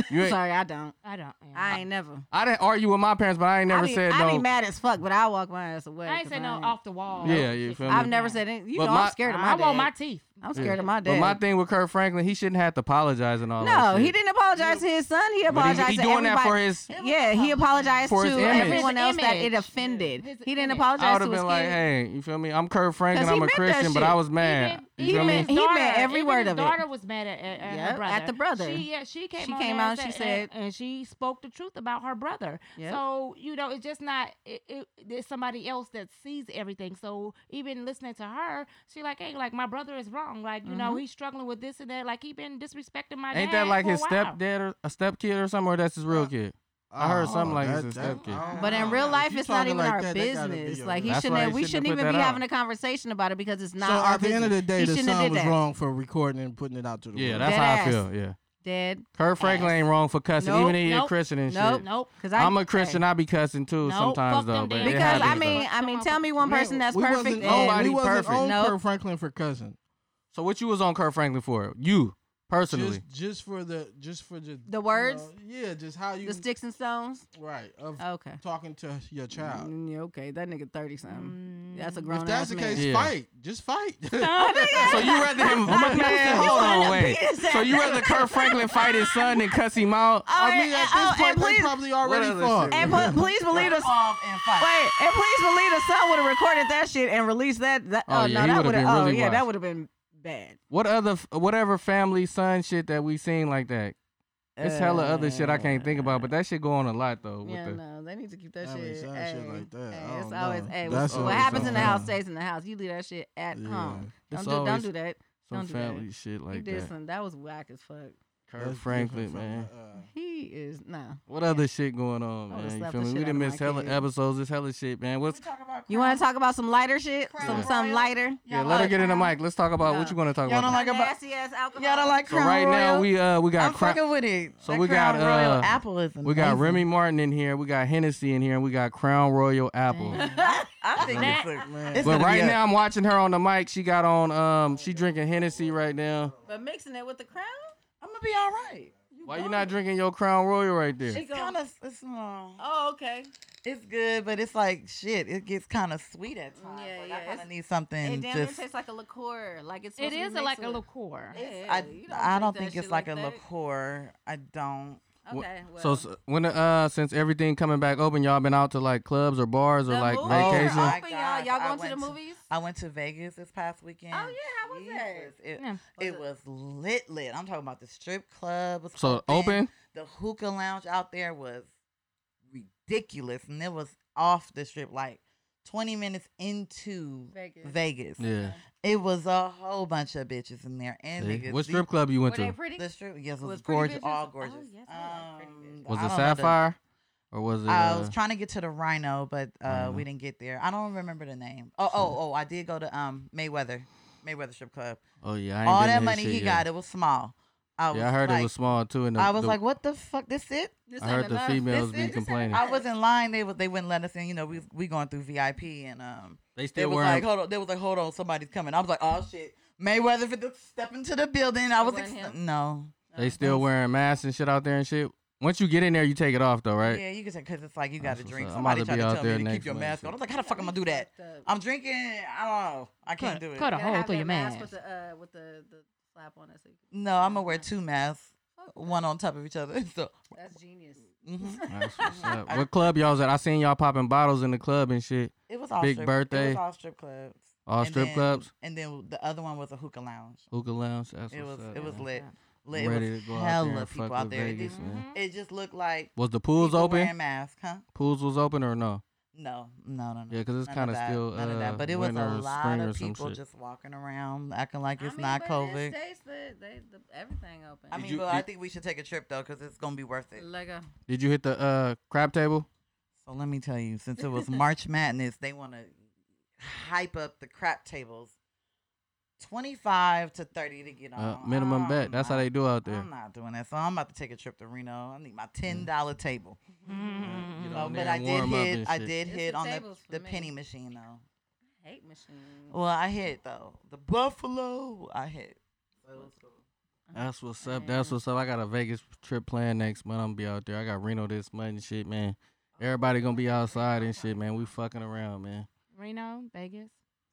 B: You ain't-
A: Sorry, I don't.
I: I don't. yeah.
A: I ain't never.
B: I didn't argue with my parents, but I ain't never
A: I be,
B: said
A: I
B: no.
A: be mad as fuck, but I walk my ass away.
I: I ain't
A: 'cause
I: say no
A: ain't-
I: off the wall.
B: Yeah, you feel me?
A: I've never said anything. You
B: But
A: know,
B: my-
A: I'm scared of my
I: I
A: dad.
I: want my teeth.
A: I'm
B: Yeah.
A: scared of my
B: But
A: dad.
B: my thing with Kurt Franklin, he shouldn't have to apologize and all that.
A: no,
B: shit.
A: he didn't apologize to his son. He
B: But
A: apologized
B: he, he
A: to
B: doing that for
A: everybody.
B: his.
A: Yeah, he apologized
B: For
A: to
B: his image.
A: everyone
I: His
A: else that
I: image.
A: it offended.
I: His
A: He didn't
I: image.
A: apologize
B: I would
A: to
B: have
A: his
B: been like,
A: kid.
B: hey, you feel me? I'm Kurt Franklin.
A: 'Cause he
B: I'm a
A: meant that
B: Christian, but
A: shit.
B: I was mad.
I: Even,
B: you feel
I: even
B: me?
I: his
A: He
I: daughter,
A: meant every
I: even
A: word
I: his
A: of it.
I: daughter was mad at, at, at
A: Yep,
I: her
A: at
I: brother.
A: the brother.
I: She, yeah, she came,
A: She
I: on
A: came
I: there
A: out and she said-
I: and, she spoke the truth about her brother.
A: Yep.
I: So you know, it's just not. It, it, there's somebody else that sees everything. So even listening to her, she like, hey, like my brother is wrong. Like you know, he's struggling with this and that. Like he been disrespecting my.
B: Mm-hmm. Ain't
I: dad
B: that like
I: for a
B: his
I: while."
B: stepdad or a stepkid or something, or that's his real kid? I heard something like
G: Oh, that-
B: it's a
G: that-
B: stepkid.
G: I don't
A: But in
G: know.
A: real
G: If
A: life,
G: you
A: it's not
G: talking
A: even
G: like
A: our
G: that, that gotta be
A: business.
G: your
A: like he
G: real-
B: That's
A: shouldn't.
B: why
A: Have,
B: he
A: we
B: shouldn't
A: shouldn't
B: have
A: even
B: put
A: be
B: that out.
A: having a conversation about it because it's not
G: so
A: our
G: at the end of the
A: business.
G: day,
A: he
G: the
A: shouldn't have
G: son
A: did
G: was
A: that.
G: wrong for recording and putting it out to the
B: Yeah,
G: world.
B: that's
A: Dead
B: how I
A: ass.
B: feel. Yeah.
A: Dead.
B: Kurt Franklin ain't wrong for cussing,
A: Nope,
B: even if you're a
I: nope,
B: Christian and
A: nope,
B: shit.
I: Nope.
A: Because
B: I'm a Christian. I be cussing too
I: Nope,
B: sometimes
I: fuck them
B: though, but
I: damn
B: it
I: It
A: Because
B: happens,
A: I
I: happens,
A: mean,
B: though.
A: I mean, tell me one
G: We-
A: person that's
G: we
A: perfect. and-
G: Wasn't
B: nobody
G: on, we wasn't
B: perfect.
G: on
A: Nope.
G: Kurt Franklin for cousin.
B: so what you was on Kurt Franklin for? You personally?
G: Just, just for the just for the,
A: The words?
G: You know, yeah, just how you
A: the sticks and stones.
G: right of
A: Okay.
G: talking to your child.
A: Mm, yeah, okay, that nigga thirty something. That's a grown
G: if that's
A: ass
G: the
A: man. Oh,
G: case,
B: Yeah.
G: fight. Just fight.
B: So you rather him? man, hold on, wait.
A: beat his
B: So you rather Kurt Franklin fight his son than cuss him out?
A: Oh,
G: I mean,
A: and-
G: at
A: oh,
G: this point,
A: and
G: they
A: please,
G: probably already
B: other
G: fought.
B: shit
A: and pl- please believe us.
C: Resolve and fight.
A: Wait, and please believe the son would have recorded that shit and released that. that
B: Oh,
A: oh,
B: yeah, he
A: no, that
B: would've
A: would
B: been
A: have. Oh
B: really
A: yeah,
B: watched.
A: that would have been bad.
B: What other, f- whatever family son shit that we seen like that? It's hella other shit I can't think about, but that shit go on a lot though. With
A: Eh. Yeah,
B: the,
A: no, they need to keep that
G: That
A: shit.
G: makes sense, shit
A: ay,
G: like that.
A: ay,
G: I
A: it's
G: don't
A: always
G: know.
A: hey, what,
G: That's
B: always
A: happens in the
B: something.
A: house stays in the house. You leave that shit at
G: Yeah.
A: home.
B: It's
A: Don't do, don't
B: always
A: do that.
B: Some
A: Don't do that.
B: family shit
A: he
B: like
A: did
B: that.
A: some. That was whack as fuck.
B: Kurt Franklin, man.
G: Uh,
A: He is nah.
B: What other shit going on,
A: I would've
B: man? You
A: slapped
B: feel
A: the
B: me? We
A: shit
B: done
A: out of
B: missed
A: my
B: hella
A: kid.
B: episodes. It's hella shit, man. What's
A: You want to talk about some lighter shit? Some
C: Crown
A: some
C: Royal?
A: lighter.
B: yeah? Let her get in the mic. Let's talk about what
A: Yeah.
B: you want to talk
C: Y'all
B: about.
C: don't like about
A: Nasty ass alcohol.
C: y'all don't like
B: so
C: Crown
B: right now
C: Royal?
B: we uh we got
C: I'm
B: Crown-
C: fucking with it.
B: so
C: That
B: we got,
C: Crown Royal
B: uh,
C: apple is
B: we got
C: amazing.
B: Remy Martin in here. We got Hennessy in here. And we got Crown Royal Apple.
C: I think
I: That-
C: it's, a,
G: Man.
C: it's
B: But
C: gonna be
B: right
C: a-
B: now I'm watching her on the mic. She got on um she drinking Hennessy right now.
A: But mixing it with the crown.
C: I'm gonna be all right.
B: Why you not drinking your Crown Royal right there?
C: It's kind of it's small.
A: Oh okay.
C: It's good, but it's like shit. It gets kind of sweet at times.
A: Yeah,
C: like,
A: yeah,
C: I kind
A: it's-
C: of need something
A: It damn near
C: just.
A: tastes like a liqueur. Like it's. supposed
I: It
A: to be
I: is a,
A: mixed
I: like a
A: with-
I: liqueur.
A: Yeah,
C: I,
A: you
C: I don't
A: drink that
C: think it's
A: shit
C: like, a
A: that.
C: liqueur. I don't.
A: Okay.
B: So
A: well.
B: s- when uh since everything coming back open, y'all been out to like clubs or bars or
A: The
B: like
A: movies are
B: vacation?
C: Oh,
A: open, y'all.
C: my gosh,
A: Y'all
C: I
A: going to the
C: went to-
A: movies?
C: I went to Vegas this past weekend.
A: Oh, yeah, how was that?
C: Jesus, It,
I: Yeah.
C: it was lit, lit. I'm talking about the strip club. was
B: So open?
C: The hookah lounge out there was ridiculous, and it was off the strip like 20 minutes into
A: Vegas.
C: Vegas.
B: Yeah.
C: It was a whole bunch of bitches in there and
B: See?
C: niggas.
B: What
C: The-
B: strip club you went
A: Were they
B: to?
A: pretty?
C: The strip, yes, it was,
A: Was pretty
C: gorgeous,
A: bitches?
C: all
A: Oh,
C: gorgeous. Um,
A: yes, I like pretty bitches.
B: Was
C: I
B: it
C: don't know the-
B: Sapphire? Or was it
C: I was
B: uh,
C: trying to get to the Rhino, but uh,
B: Rhino.
C: we didn't get there. I don't remember the name. Oh, oh, oh! I did go to um Mayweather, Mayweather Strip Club.
B: Oh yeah, I ain't been
C: All
B: to
C: that
B: his
C: money
B: shit
C: he
B: yet.
C: got, it was small. I was
B: yeah, I heard
C: like,
B: it was small too. And the,
C: I was
B: the-
C: like, "What the fuck? This it?"
A: This
B: I
A: ain't
B: heard the
A: enough.
B: females
A: This
B: be
A: ain't- this ain't
B: complaining.
A: enough.
C: I was in line. They would they wouldn't let us in. You know, we we going through VIP and um.
B: they
C: They
B: still
C: was
B: wearing
C: like, hold on. They was like, hold on, somebody's coming. I was like, oh shit, Mayweather for the step into the building. I was
A: wasn't
C: ex-
A: him?
C: no.
B: they still wering masks and shit out there and shit. Once you get in there, you take it off though, right?
C: Yeah, you can say because it's like you got
B: That's
C: to
B: what's
C: drink.
B: up. I'm about
C: Somebody
B: to
C: tried
B: be
C: to
B: out
C: tell me
B: there
C: to
B: next
C: keep your
B: month,
C: mask
B: so-
C: on. I was like, how the fuck am I gonna do that? I'm drinking. I don't know. I can't do it.
I: Cut a
A: Gotta
I: hole
A: have
I: through
A: that
I: your
A: mask
I: mask.
A: with the uh, with the the slap on it. So you can-
C: No, I'm gonna wear two masks, Mm, one on top of each other. So
A: That's genius.
C: mhm.
B: That's what's up. What club y'all was at? I seen y'all popping bottles in the club and shit.
C: it was all
B: Big
C: strip, It
B: birthday.
C: was all strip clubs.
B: All
C: And
B: strip
C: then-
B: clubs,
C: And then the other one was a hookah lounge.
B: hookah lounge. That's
C: It
B: what's
C: was
B: up,
C: it was
B: man.
C: lit. It
B: ready
C: was
B: to go out
C: hella
B: there and
C: people
B: fuck
C: out
B: with
C: there. It, Mm-hmm.
B: Vegas,
C: just-
B: man.
I: Mhm.
C: it just looked like
B: Was the pools
C: people
B: open?
C: Wearing masks, huh?
B: Pools was open or no?
C: No, no, no, no.
B: Yeah, 'cause it's
C: None
B: kinda
C: that,
B: still,
C: none of
B: uh,
C: that. But it was
B: winter or
C: a lot
B: spring or
C: of
B: some
C: people
B: shit.
C: just walking around acting like
A: I
C: it's
A: mean,
C: not
A: but
C: COVID.
A: In states, that they, the, everything open.
C: I
B: Did
C: mean,
B: you-
C: but I
B: did-
C: think we should take a trip though, because it's gonna be worth it.
A: Lego.
B: Did you hit the uh crab table?
C: So let me tell you, since it was March Madness, they want to hype up the crap tables, twenty-five to thirty to get on.
B: Uh, minimum
C: I'm
B: bet. That's how
C: not-
B: they do out there.
C: I'm not doing that. So I'm about to take a trip to Reno. I need my ten dollar table.
B: Get
C: No,
B: on there
C: but I
B: and
C: did
B: warm up
C: hit.
B: and
C: I
B: shit.
C: did
A: It's
C: hit
A: the
C: on the,
A: tables for
C: the
A: me.
C: penny machine though.
A: Hate machine.
C: Well, I hit though. The Buffalo, I hit.
B: That's what's up. That's what's up. I got a Vegas trip planned next month. I'm gonna be out there. I got Reno this month and shit, man. Everybody gonna be outside and shit, man. We fucking around, man.
I: Reno, Vegas.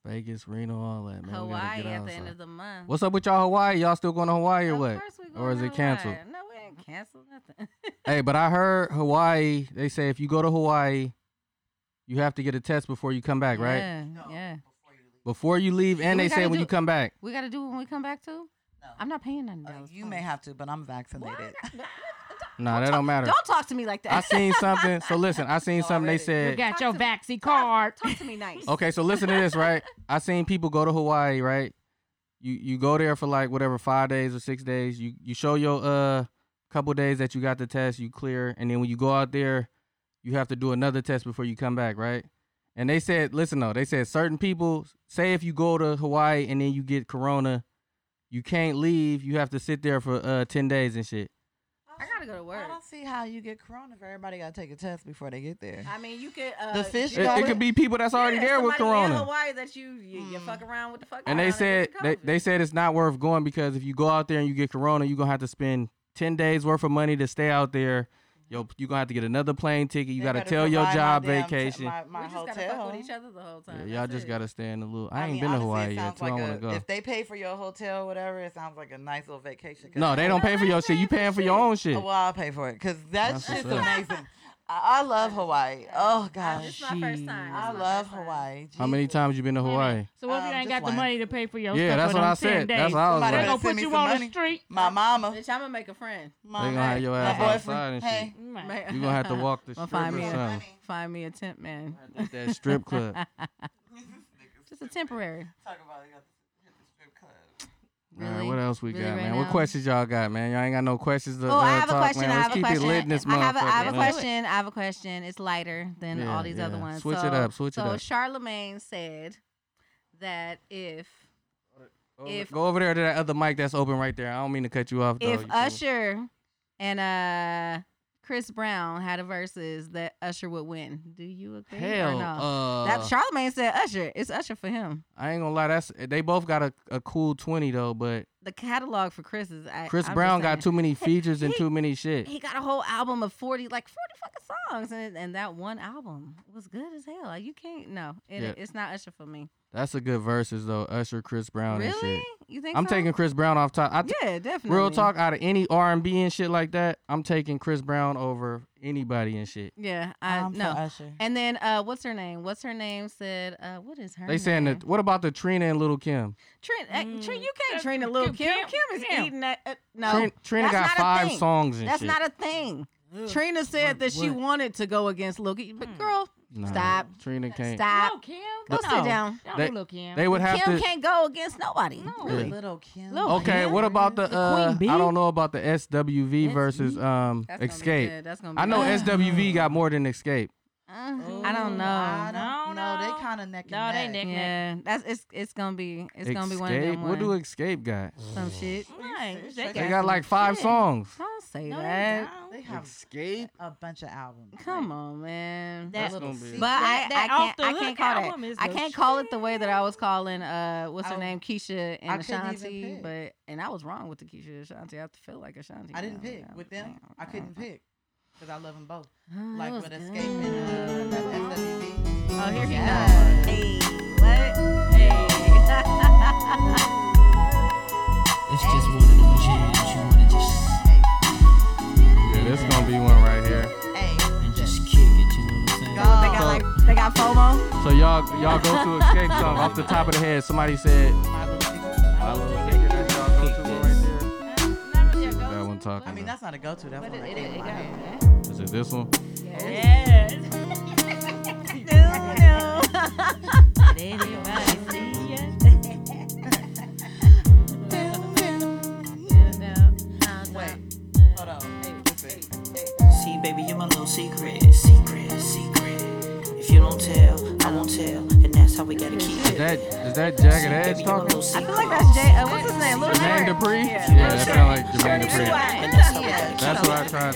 B: Vegas, Reno, all that, man. We gotta
A: Hawaii
B: get
A: at the end
B: outside.
A: of the month.
B: What's up with y'all Hawaii? Y'all still going to Hawaii or
A: Of
B: what?
A: course we going
B: Or is
A: to
B: it canceled?
A: Hawaii. No, we ain't canceled nothing.
B: hey, but I heard Hawaii. They say if you go to Hawaii, you have to get a test before you come back, right?
A: Yeah, yeah.
B: Before you leave, and
A: We
B: they say
A: gotta
B: when
A: do-
B: you come back.
A: We got to do it when we come back too. I'm not paying nothing.
C: Uh,
A: dollars.
C: you may have to, but I'm vaccinated.
B: Nah, that don't matter.
A: Don't talk to me like that.
B: I seen something. So listen, I seen something. They
C: already.
I: You
B: said
I: got
A: Talk
I: your
A: to-
I: vaccine
A: Talk-
I: card.
A: Talk to me nice.
B: Okay, so listen to this, right? I seen people go to Hawaii, right? You you go there for like whatever five days or six days. You you show your uh couple days that you got the test, you clear, and then when you go out there, you have to do another test before you come back, right? And they said, listen though, they said certain people say if you go to Hawaii and then you get corona, you can't leave. You have to sit there for uh ten days and shit.
A: I gotta go to
C: I
A: work.
C: don't see how you get corona if everybody got to take a test before they get there.
A: I mean, you could. Uh,
C: The fish
B: It, it could be people that's already
A: yeah,
B: there with
A: somebody
B: corona.
A: In Hawaii that you you, you fuck around with the fuck.
B: And they
A: around
B: said
A: get
B: they,
A: COVID.
B: they said it's not worth going because if you go out there and you get corona, you're gonna have to spend ten days worth of money to stay out there. Yo, you're gonna have to get another plane ticket. You
C: They
B: gotta
C: better
B: tell your
C: provide my
B: job
C: damn te-
B: vacation.
C: my, my
A: we just gotta
C: hotel.
A: fuck with each other the whole
B: Yeah,
A: time.
B: y'all
A: That's
B: just
A: it.
B: gotta stay in the loop. I, ain't
C: mean,
B: been to
C: honestly, it
B: Hawaii yet,
C: sounds
B: so I
C: like
B: wanna
C: a-
B: go.
C: If they pay for your hotel, whatever, it sounds like a nice little vacation. 'cause-
B: no, they don't pay for your shit. You paying for your own shit.
C: Well, I'll pay for it because that's
B: That's what's
C: just
B: up.
C: amazing. I, I love Hawaii. Oh
A: Uh, This
C: gosh,
A: is my first time. This
C: I
A: is my
C: love
A: first time.
C: Hawaii.
B: How many
C: Jesus.
B: times you been to Hawaii?
I: So if
C: Um,
I: you
C: just
I: ain't got the
C: one.
I: money to pay for your
B: Yeah,
I: stuff
B: that's
I: for
B: what
I: them
B: I said.
I: 10 Days,
B: That's what I was
C: Somebody
I: They
B: like.
I: gonna
C: Better send
I: put
C: me
I: you
C: some
I: on the
C: money.
I: street.
C: My mama,
A: Bitch, I'm gonna make a friend.
C: my,
B: They gonna have your
C: my
B: ass outside
C: boyfriend.
B: and
C: Hey,
B: shit.
I: Right.
A: Ma-
B: You gonna have to walk the
A: Well,
B: strip
A: find me
B: or
A: a-
B: something.
A: Find me a temp man.
B: At that strip club.
A: Just a temporary.
C: talk about it. Hit the strip club.
B: All right,
A: Really?
B: what else we
A: Really
B: got,
A: right
B: man? What
A: now?
B: questions y'all got, man? Y'all ain't got no questions to
A: Oh, I
B: uh,
A: have a
B: talk,
A: question.
B: man.
A: I
B: Let's
A: have a
B: keep
A: question.
B: it lit in this
A: I have a, I have
B: motherfucker,
A: a
B: man.
A: question. I have a question. It's lighter than
B: Yeah,
A: all these other
B: yeah.
A: ones.
B: Switch it
A: So-
B: up, switch it
A: so
B: up.
A: Charlemagne said that if
B: Over-
A: If-
B: go over there to that other mic that's open right there. I don't mean to cut you off. Though.
A: if
B: You feel me?
A: Usher and uh Chris Brown had a verses that Usher would win, do you agree
B: hell,
A: or no?
B: uh,
A: that Charlemagne said Usher. It's Usher for him.
B: I ain't gonna lie. That's they both got a, a cool twenty though, but
A: The catalog for Chris is. I,
B: Chris
A: I'm just
B: Brown got too
A: saying.
B: many features and
A: he-
B: too many shit.
A: He got a whole album of forty, like forty fucking songs, and, and that one album was good as hell. Like, You can't no, it,
B: Yeah.
A: it's not Usher for me.
B: That's a good verses though. Usher, Chris Brown, and
A: Really?
B: shit.
A: You think
B: I'm
A: so?
B: taking Chris Brown off top. I t-
A: Yeah, definitely.
B: real talk out of any R and B and shit like that. I'm taking Chris Brown over anybody and shit.
A: Yeah, I
C: I'm for
A: no.
C: Usher.
A: And then uh, what's her name? What's her name? Said uh, what is her?
B: They saying
A: name?
B: that. What about the Trina and Little Kim?
A: Trina, uh, Trina, you can't
I: Mm. That's-
A: Trina little Kim.
I: Kim-
A: Kim, is
I: Kim.
A: eating that. Uh, no,
B: Trin- Trina
A: that's not
B: got
A: a
B: five
A: thing.
B: songs and
A: That's
B: shit.
A: not a thing. Trina said that she wanted to go against Lil Kim, but girl,
B: Nah,
A: stop,
B: Trina can't.
A: stop.
I: No, Kim.
A: Go
I: Hmm. no.
A: sit down.
I: Don't
B: They-
I: do look Kim.
B: They would have
A: Kim
B: to.
A: can't go against nobody.
I: No.
B: Yeah.
A: Really.
C: Little Kim.
I: Little
B: Okay, what about Oh, the? Uh,
I: Queen
B: I
I: Bee?
B: don't know about the SWV versus um
A: That's gonna be
B: Escape.
A: good. That's gonna be
B: I know
A: good.
B: SWV got more than Escape.
A: Uh,
B: Mm-hmm.
C: Ooh,
A: I don't know.
C: I
I: No,
C: don't know.
I: no.
C: They kind of neck and
I: No, they
C: neck.
I: neck.
A: yeah, that's it's. It's gonna be. It's gonna be one of
B: Escape?
A: them.
B: What do
A: ones.
B: Escape got?
A: some shit.
I: Nice. They
B: They
I: got
B: got
I: some
B: like five
I: shit.
B: songs.
A: Don't say
I: No, they
A: that.
I: don't.
C: They have
B: Escape.
C: a bunch of albums.
A: Come on, man.
I: That-
B: That's gonna be.
A: but I,
I: that
A: I can't,
I: off the
A: I can't
I: hook
A: call
I: album
A: that.
I: is
A: I
I: the
A: can't call it the way that I was calling. Uh, what's her
C: I-
A: name? Keisha and
C: I couldn't even
A: Ashanti.
C: pick.
A: But and I was wrong with the Keisha and Ashanti. I feel like Ashanti.
C: I didn't
A: now,
C: pick
A: but
C: with
A: I'm
C: them.
A: like,
C: I couldn't pick because I love them both.
A: "Oh,
C: Like
A: it was
C: with
A: good."
C: Escape and uh, SWV.
A: Oh, here he
C: Yeah.
A: goes. Hey, what? Hey.
J: It's just one of them jams you wanna just
B: Yeah, this gonna be one right here.
J: and just kick it, you know what I'm saying?
A: they got like they got FOMO.
B: So y'all y'all go to Escape song off the top of the head. Somebody said. I love Escape. That's y'all go to right there.
I: Never
B: I'm talking.
C: I mean, that's not a go-to. That's
I: But
C: one
I: it,
C: I
I: it,
C: came
I: it
C: in my
I: got-
C: head.
B: Is it this one?
I: Yes.
A: Uh-huh.
C: Wait, hold on.
J: See, baby, you're my little secret, secret, secret. If you don't tell, I won't tell, and that's how we gotta keep
B: Is
J: it.
B: that is that jagged edge
J: Baby, you're my
B: talking?
J: little
A: I feel
J: secret,
A: like that's Jay. Uh, what's his name? Lil
B: Jermaine
A: Durk.
B: Dupri? Yeah,
A: Yeah.
B: that sound like Jermaine Dupri.
J: and that's how we gotta keep
B: That's
J: it.
B: what I tried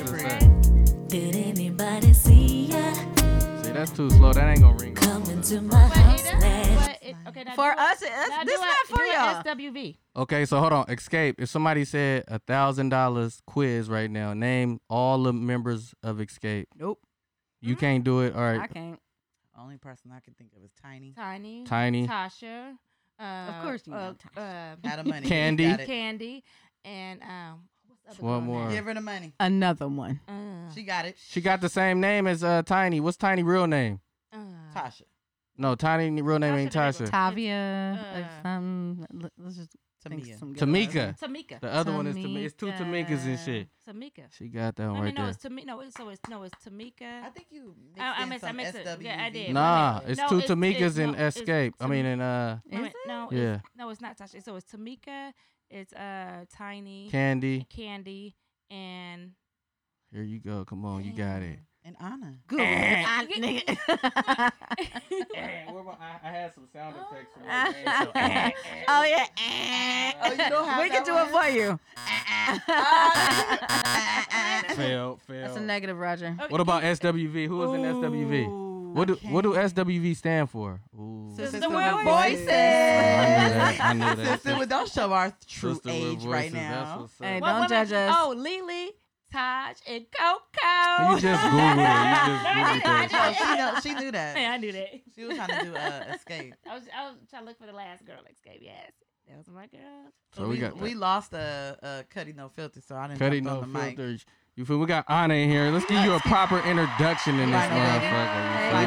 B: to say. See, that's too slow. That ain't gonna ring.
I: But it doesn't- but it- okay, now
A: Uh-huh. For
I: do it-
A: us, it's,
I: now do
A: this
I: it-
A: not for
I: do it
A: y'all.
I: SWV.
B: Okay, so hold on. Escape. If somebody said a thousand dollars quiz right now, name all the members of Escape.
A: Nope.
B: You can't do it. All
A: I
B: right.
A: can't.
C: Only person I can think of is Tiny.
I: Tiny.
B: Tiny.
I: Tasha. Uh, of
A: course you
I: uh,
A: know Tasha.
I: uh,
C: Out of money.
B: Candy.
C: You got it.
I: Candy. And um, what's the other
B: One
I: girl
B: more.
I: name?
C: Give her the money.
A: Another one.
I: Uh,
C: She got it.
B: She got the same name as uh, Tiny. What's Tiny real name?
I: uh,
C: Tasha.
B: No, Tiny real name ain't
I: Tasha the
B: Tasha.
A: Tavia.
I: Uh,
A: like some, l- let's just think
C: Tamia.
A: some good
B: Tamika.
I: Tamika.
B: The other one is Tamika. It's two
A: Tamika.
B: Tamikas and shit.
I: Tamika.
B: She got that
I: I
B: one
I: mean,
B: right
I: no,
B: there.
I: it's Tamika. No, it's so it's no, it's Tamika.
C: I think you mixed
I: I
C: in
I: mixed- I
C: some
I: mixed it. Yeah, I
C: SWV.
I: did.
B: Nah,
I: No,
B: it's
I: no,
B: two
I: it's- it's-
B: Tamikas
I: no,
B: in
I: it's
B: Escape. I mean, in uh,
I: No,
A: Is
I: it- No,
B: Yeah.
I: it's, no, it's not Tasha. So it's Tamika. It's uh Tiny,
B: Candy.
I: Candy, and
B: Here you go. Come on, you got it.
C: And Anna.
A: Good. one.
B: Eh.
A: I- nigga.
B: I, had some sound effects for
A: oh yeah.
C: Oh, you don't have
A: we can do
C: that
A: it
C: one?
A: for you.
B: Fail, fail.
A: That's a negative, Roger.
B: What about SWV? Who is in SWV? What do what do SWV stand for? Ooh.
C: Sister
I: Sister
C: with
I: with
B: I
C: voices.
B: knew that. I knew that.
C: Sister with, don't show our true
B: Sister with
C: age right
B: voices, that's
C: now.
B: what's
A: Hey,
B: up.
A: don't
I: what
A: judge us.
I: Oh, Lily, Taj, and Coco.
B: You just Googled it. You just Googled
C: No,
B: that.
C: she, know, she knew
I: Hey,
C: that.
I: I knew that.
C: She was trying to do uh, escape.
I: I was I was trying to look for the last girl escape. Yes, that was my girl.
B: So we got
C: we
B: that.
C: lost a uh, uh, Cuddy No Filter, so I didn't
B: Cutty
C: jump
B: no
C: on the mic.
B: filter. You feel we got Anna in here. Let's give you a proper introduction in this
C: Right, right.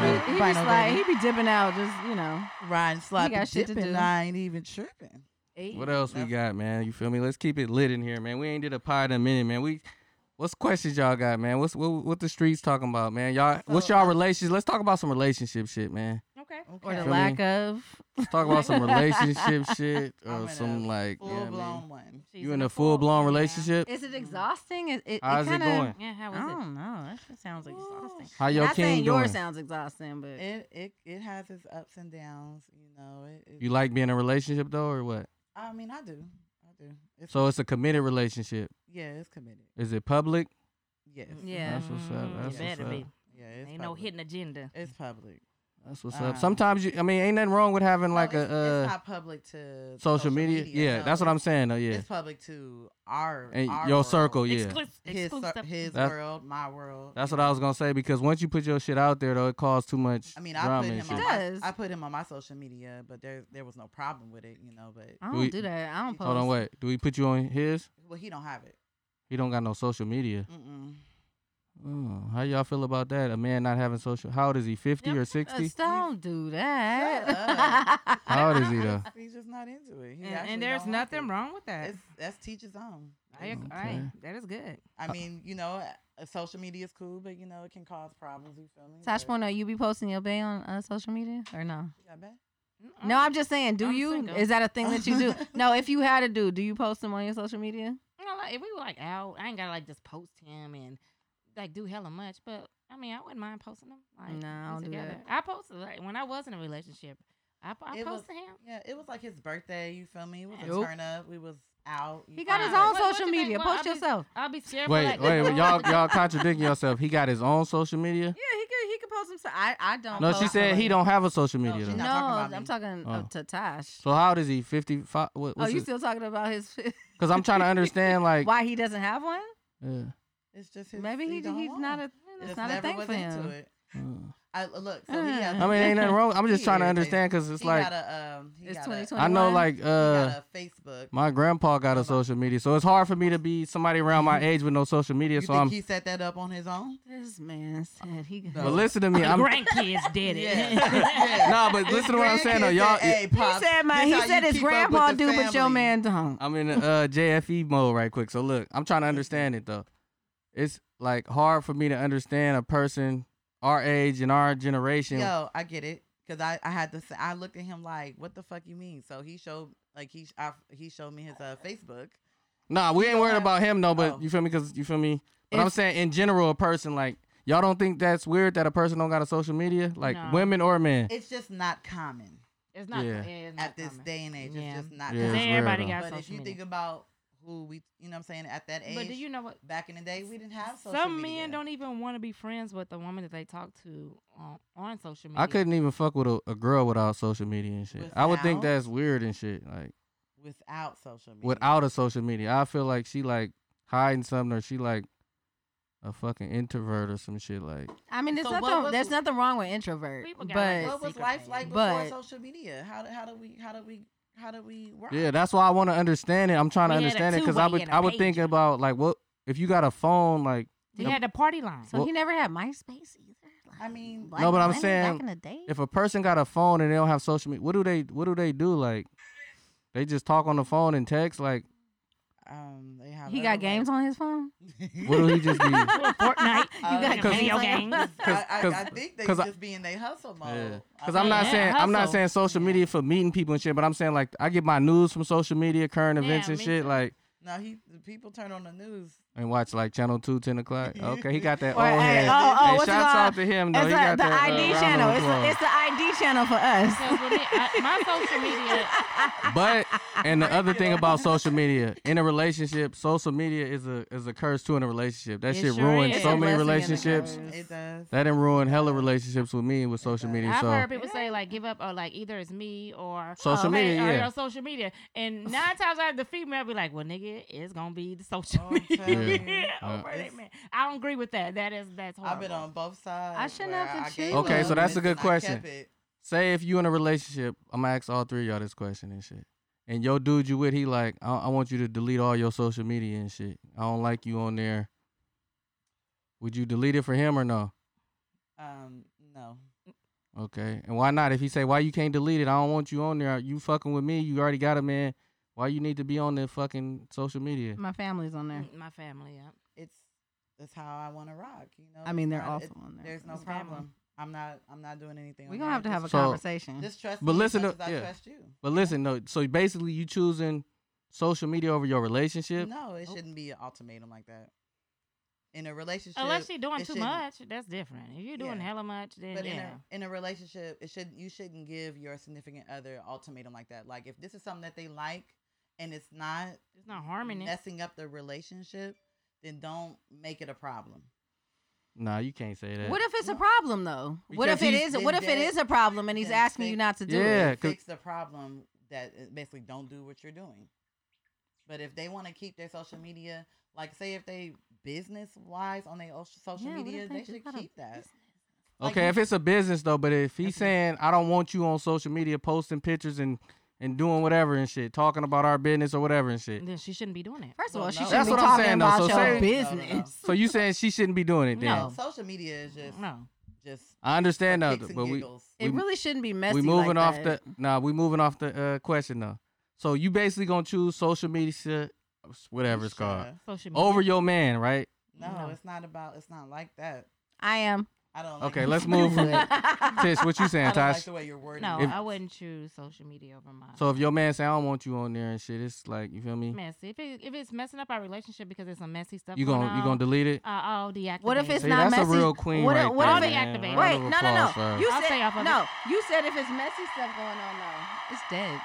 B: motherfucker. You
C: Right.
B: feel me?
A: He be
C: Fine, I'll
A: like,
C: do
A: he be dipping out, just you know.
C: Ryan sloppy
A: got shit to
C: dipping,
A: do.
C: I ain't even tripping.
B: What else we got, man? You feel me? Let's keep it lit in here, man. We ain't did a pod in a minute, man. We what's questions y'all got, man? What's what, what the streets talking about, man? Y'all what's y'all relations? Let's talk about some relationship shit, man.
I: Okay.
A: Or the
B: Feel me?
A: lack of.
B: Let's talk about some relationship shit
C: I'm
B: or
C: in a
B: some like you, know
C: Full
B: what I mean?
C: blown one.
I: She's
B: You in a full blown relationship?
A: Is it exhausting? It, it,
B: How's it
A: kinda,
B: going?
I: Yeah. How
A: I
I: was it?
A: don't know. That shit sounds exhausting.
B: How your
A: Not
B: king
A: saying yours
B: doing?
A: sounds exhausting, but
C: It it it has its ups and downs, you know. It, it,
B: You like being in a relationship though, or what?
C: I mean, I do, I do. It's,
B: So it's a committed relationship.
C: yeah, it's committed.
B: Is it public?
C: Yes.
A: yeah.
B: That's what's up.
I: Mm,
B: That's
I: it better
B: what's
I: be.
B: up.
C: Yeah. It's
I: Ain't no
C: public.
I: hidden agenda.
C: It's public.
B: That's what's
C: Um,
B: up. Sometimes you, I mean, ain't nothing wrong with having like
C: no,
B: a
C: it's,
B: uh,
C: it's not public to
B: social, media. Yeah,
C: no,
B: that's what I'm
C: it's-
B: saying. Though, yeah,
C: It's public to our
B: and
C: our
B: your
C: world.
B: circle. Yeah,
I: Exclus-
C: His cir-
I: exclusive.
C: his
B: That's-
C: world, my world.
B: That's
C: you
B: what I
C: know.
B: was gonna say because once you put your shit out there, though, it caused too much
C: I mean, I
B: drama
C: put
B: and
C: him
B: shit.
C: on
A: does.
C: my, I put him on my social media, but there there was no problem with it, you know. But
A: I don't
B: We-
A: do that. I don't post.
B: Hold on, wait. Do we put you on his?
C: well, he don't have it.
B: He don't got no social media.
C: Mm-mm.
B: Mm, how y'all feel about that? A man not having social. How old is he? Fifty or
A: Uh,
B: sixty?
A: don't do that.
B: How old is he though?
C: He's just not into it. He
I: And,
C: actually
I: and there's
C: don't like
I: nothing
C: it.
I: wrong with that.
C: It's, that's teacher's own.
I: I agree.
B: Okay.
I: That is good.
C: I mean, you know, uh, social media is cool, but you know, it can cause problems. You feel me?
A: Tosh
C: But-
A: Pono, you be posting your bae on uh, social media or no?
C: Yeah, I bet.
A: No, I'm just saying. Do
I: I'm
A: you?
I: single.
A: Is that a thing that you do? no, if you had to do, do you post them on your social media?
I: You know, like if we were like out, I ain't gotta like just post him and like do hella much. But I mean, I wouldn't mind posting him. Like,
A: No, I
I: we
A: don't do
I: together. I posted like when I was in a relationship. I, I
C: It
I: posted
C: was-
I: him.
C: Yeah, it was like his birthday. You feel me? It was a
A: Nope.
C: turn up. We was out. you
A: He got
C: feel
A: his
C: me?
A: own
I: What- what
A: social
I: you think?
A: media.
I: Well,
A: post
I: I'll be-
A: yourself.
I: I'll be scared.
B: Wait,
I: for, like,
B: wait,
I: the-
B: y'all, y'all contradicting yourself. He got his own social media.
A: Yeah, he could. He could post himself. I I don't.
B: No,
A: post
B: she said he don't have a social media.
C: she
B: though.
C: not.
A: No,
C: talking about
A: I'm talking
C: me.
B: Oh.
A: uh, to Tosh.
B: So how old is he? Fifty five? What,
A: Oh, you still talking about his
B: Because I'm trying to understand, like, uh,
A: why he doesn't have one?
B: yeah.
C: It's just his.
A: Maybe he,
C: don't
A: he's
C: want
A: not
C: it.
A: a.
C: Just
A: It's not a
C: never
A: thing
C: was
A: for
C: into
A: him.
C: it. I uh, look. So he has
B: I mean, ain't nothing wrong. I'm just
C: He
B: trying to
C: irritated.
B: understand because it's
C: he
B: like
C: got a, um, he
A: It's
C: got a-
A: 2021.
B: I know, like uh,
C: he got a Facebook.
B: my grandpa got a social media, so it's hard for me to be somebody around my age with no social media.
C: You
B: So
C: think
B: I'm.
C: he uh, set that up on his own?
A: This man said he got.
B: But listen to me, I'm.
I: grandkids did it.
C: yeah.
B: Nah, but listen to what I'm saying though, y'all.
A: He said, my, he said his grandpa do, but your man don't.
B: I'm in the uh, JFE mode right quick. So look, I'm trying to understand it though. It's like hard for me to understand a person our age and our generation.
C: Yo, I get it. Cause I, I had to say I looked at him like, what the fuck you mean? So he showed like he sh- I, he showed me his uh, Facebook.
B: Nah, we ain't worried
C: have-
B: about him though. But
C: Oh.
B: you feel me? Cause you feel me. But I'm saying in general, a person like y'all don't think that's weird that a person don't got a social media, like
I: No.
B: women or men.
C: It's just not common
I: It's not
B: Yeah.
I: yeah. it's not
C: at this
I: common.
C: day and age.
I: Yeah.
C: It's just not.
B: Yeah, it's
I: Today
B: weird,
I: everybody
B: though.
I: got
C: Common. But if
I: social
C: you
I: media.
C: think about who we, you know, what I'm saying at that age.
I: but do you know what?
C: back in the day we didn't have social
I: Some
C: media.
I: men don't even want to be friends with the woman that they talk to on, on social media.
B: I couldn't even fuck with a, a girl without social media and shit. I would think
C: Without?
B: that's weird and shit. Like
C: without social media.
B: without a social media, I feel like she like hiding something or she like a fucking introvert or some shit. Like
A: I mean, there's
C: So what
A: nothing.
C: was-
A: there's nothing wrong with introvert,
I: People got, like,
A: but
C: what was
I: secret
C: life
I: thing.
C: like before
A: But-
C: social media? How do, how do we how do we how do we work?
B: yeah, that's why I want to understand it. I'm trying to
I: We had a
B: understand it because I
I: two-way
B: would
I: and a
B: I would think
I: pager.
B: about like what if you got a phone like.
I: They had the party line.
A: so he never had MySpace either. Like,
C: I mean,
A: Black
B: No, but I'm
A: Money
B: saying
A: back in the day.
B: if a person got a phone and they don't have social media, what do they what do they do? Like they just talk on the phone and text. Like
C: um, they have
A: he got games on his phone.
B: what do he just be?
I: Fortnite.
C: Uh,
A: you got
I: Because-
A: games
I: Video
A: on your
I: games.
A: phone?
C: I, I,
B: Cause-
C: I think they
B: cause I-
C: just be in their hustle mode. I
B: Because I'm
C: mean,
B: not
I: Yeah,
B: saying I'm not
I: hustle.
B: saying social media for meeting people and shit, but I'm saying like I get my news from social media, current events and
I: me
B: shit.
I: too.
B: Like
C: now he the people turn on the news.
B: and watch like Channel Two, 10 o'clock. Okay, he got that
A: Or,
B: old
A: Mm-hmm. hey,
B: head.
A: oh, oh,
B: Hey,
A: what's it
B: shouts
A: called?
B: out to him though.
A: It's
B: he
A: a-
B: got
A: the
B: that, uh,
A: ID
B: round
A: channel.
B: of
A: It's,
B: applause.
A: the- it's the ID channel for us.
I: Because when it- I- my social media,
B: But and the other thing about social media in a relationship, social media is a is a curse too in a relationship. That
I: It
B: shit
I: sure
B: ruins
I: is.
B: so
I: It's
B: many
I: a
A: blessing and a
B: relationships.
A: curse.
C: It does.
B: That didn't ruin hella relationships with me with social media.
I: I've
B: so
I: heard people say like give up or like either it's me or
B: Social
I: oh, hey,
B: media,
I: or
B: yeah.
I: your social media. And nine times out of the female be like, well, nigga, it's gonna be the social
C: Oh, I'm
I: media.
C: telling
B: Yeah.
C: you.
I: Over that man. I don't agree with that. That is that's horrible.
C: I've been on both sides.
A: I shouldn't
C: where
A: have to
C: I gave
A: choose.
C: up
A: Okay, so
B: that's a
C: and
B: good
C: I
B: question.
C: kept it.
B: say if you in a relationship, I'm gonna ask all three of y'all this question and shit. And your dude you with, he like, I, I want you to delete all your social media and shit. I don't like you on there. Would you delete it for him or no?
C: Um, no.
B: Okay. And why not? If he say, why you can't delete it? I don't want you on there. You fucking with me. You already got a man. Why you need to be on the fucking social media?
A: My family's on there.
I: Mm, my family. Yeah.
C: it's that's how I want to rock. You know,
A: I mean,
C: It's
A: they're
C: not-
A: awful
C: it-
A: on there.
C: There's no
A: It's
C: problem.
A: family.
C: I'm not. I'm not doing anything.
A: We're
C: on
A: gonna
C: there.
A: have to have a
B: So-
A: conversation.
C: Just trust.
B: But
C: me
B: listen
C: as
B: to-
C: much as
B: yeah.
C: I trust you.
B: But listen, no. So basically, you choosing social media over your relationship.
C: No, it shouldn't be an ultimatum like that. In a relationship,
I: Unless you're doing
C: it
I: too
C: shouldn't-
I: much, that's different. If you're doing
C: Yeah.
I: hella much, then
C: But
I: yeah.
C: in a in a relationship, it should you shouldn't give your significant other an ultimatum like that. Like if this is something that they like and it's not
I: It's not harming it.
C: messing up the relationship, then don't make it a problem.
B: Nah, you can't say that.
A: What if it's a problem though? what
B: Because
A: if it
B: he's
A: is? What if it
C: been
A: is a problem and he's
C: then
A: asking you
C: fix-
A: not to do
B: Yeah,
A: it?
B: 'cause-
C: fix the problem that uh, basically don't do what you're doing. But if they want to keep their social media, like say if they business wise on their os- social
A: Yeah, what
C: media,
A: if they
C: they
A: just
C: should
A: got a
C: keep that. Like,
B: Okay,
C: you-
B: if it's a business though, but if he's
C: That's it.
B: saying I don't want you on social media posting pictures and and doing whatever and shit, talking about our business or whatever and shit.
I: Then she shouldn't be doing it.
A: First of
C: Well,
A: all,
C: no.
A: she
C: That's
A: shouldn't be
C: what I'm
A: talking
B: saying, though.
A: about
B: So
A: your
B: say-
C: No, no, no.
A: business.
B: So you saying she shouldn't be doing it then?
I: No.
C: Social media is just
I: No.
C: just
B: I understand though,
C: kicks and
B: uh, but we
C: giggles.
B: we,
A: It really shouldn't be messy.
B: we
A: like
B: moving off
A: that.
B: the nah, we moving off the uh, question though. So you basically gonna choose social media, shit, whatever it's called,
C: Sure.
I: Social media.
B: over your man, right?
C: uh, No,
I: No.
C: it's not about. It's not like that.
A: I am.
C: I don't.
B: Okay,
C: like
B: let's move. Tish,
A: I
B: what you saying,
C: I don't like
B: Tosh?
C: the way you're wording.
I: No,
C: it.
B: If-
I: I wouldn't choose social media over my
B: So if your man say I don't want you on there and shit, it's like you feel me?
I: messy. If, it, if it's messing up our relationship because it's some messy stuff,
B: You
I: going
B: gonna you
I: on,
B: gonna delete it?
I: uh, I'll deactivate.
A: What if it's
I: it.
B: See,
A: not
B: that's a
A: messy.
B: real queen
A: What if-
B: right
A: what
B: there,
A: if it-
B: man.
I: Wait,
B: Round
A: Wait,
B: of
A: no, no,
B: applause for
A: no.
B: her.
A: You
I: I'll stay off
A: said
I: of
A: no.
I: it.
A: You said if it's messy stuff going on, though, it's dead.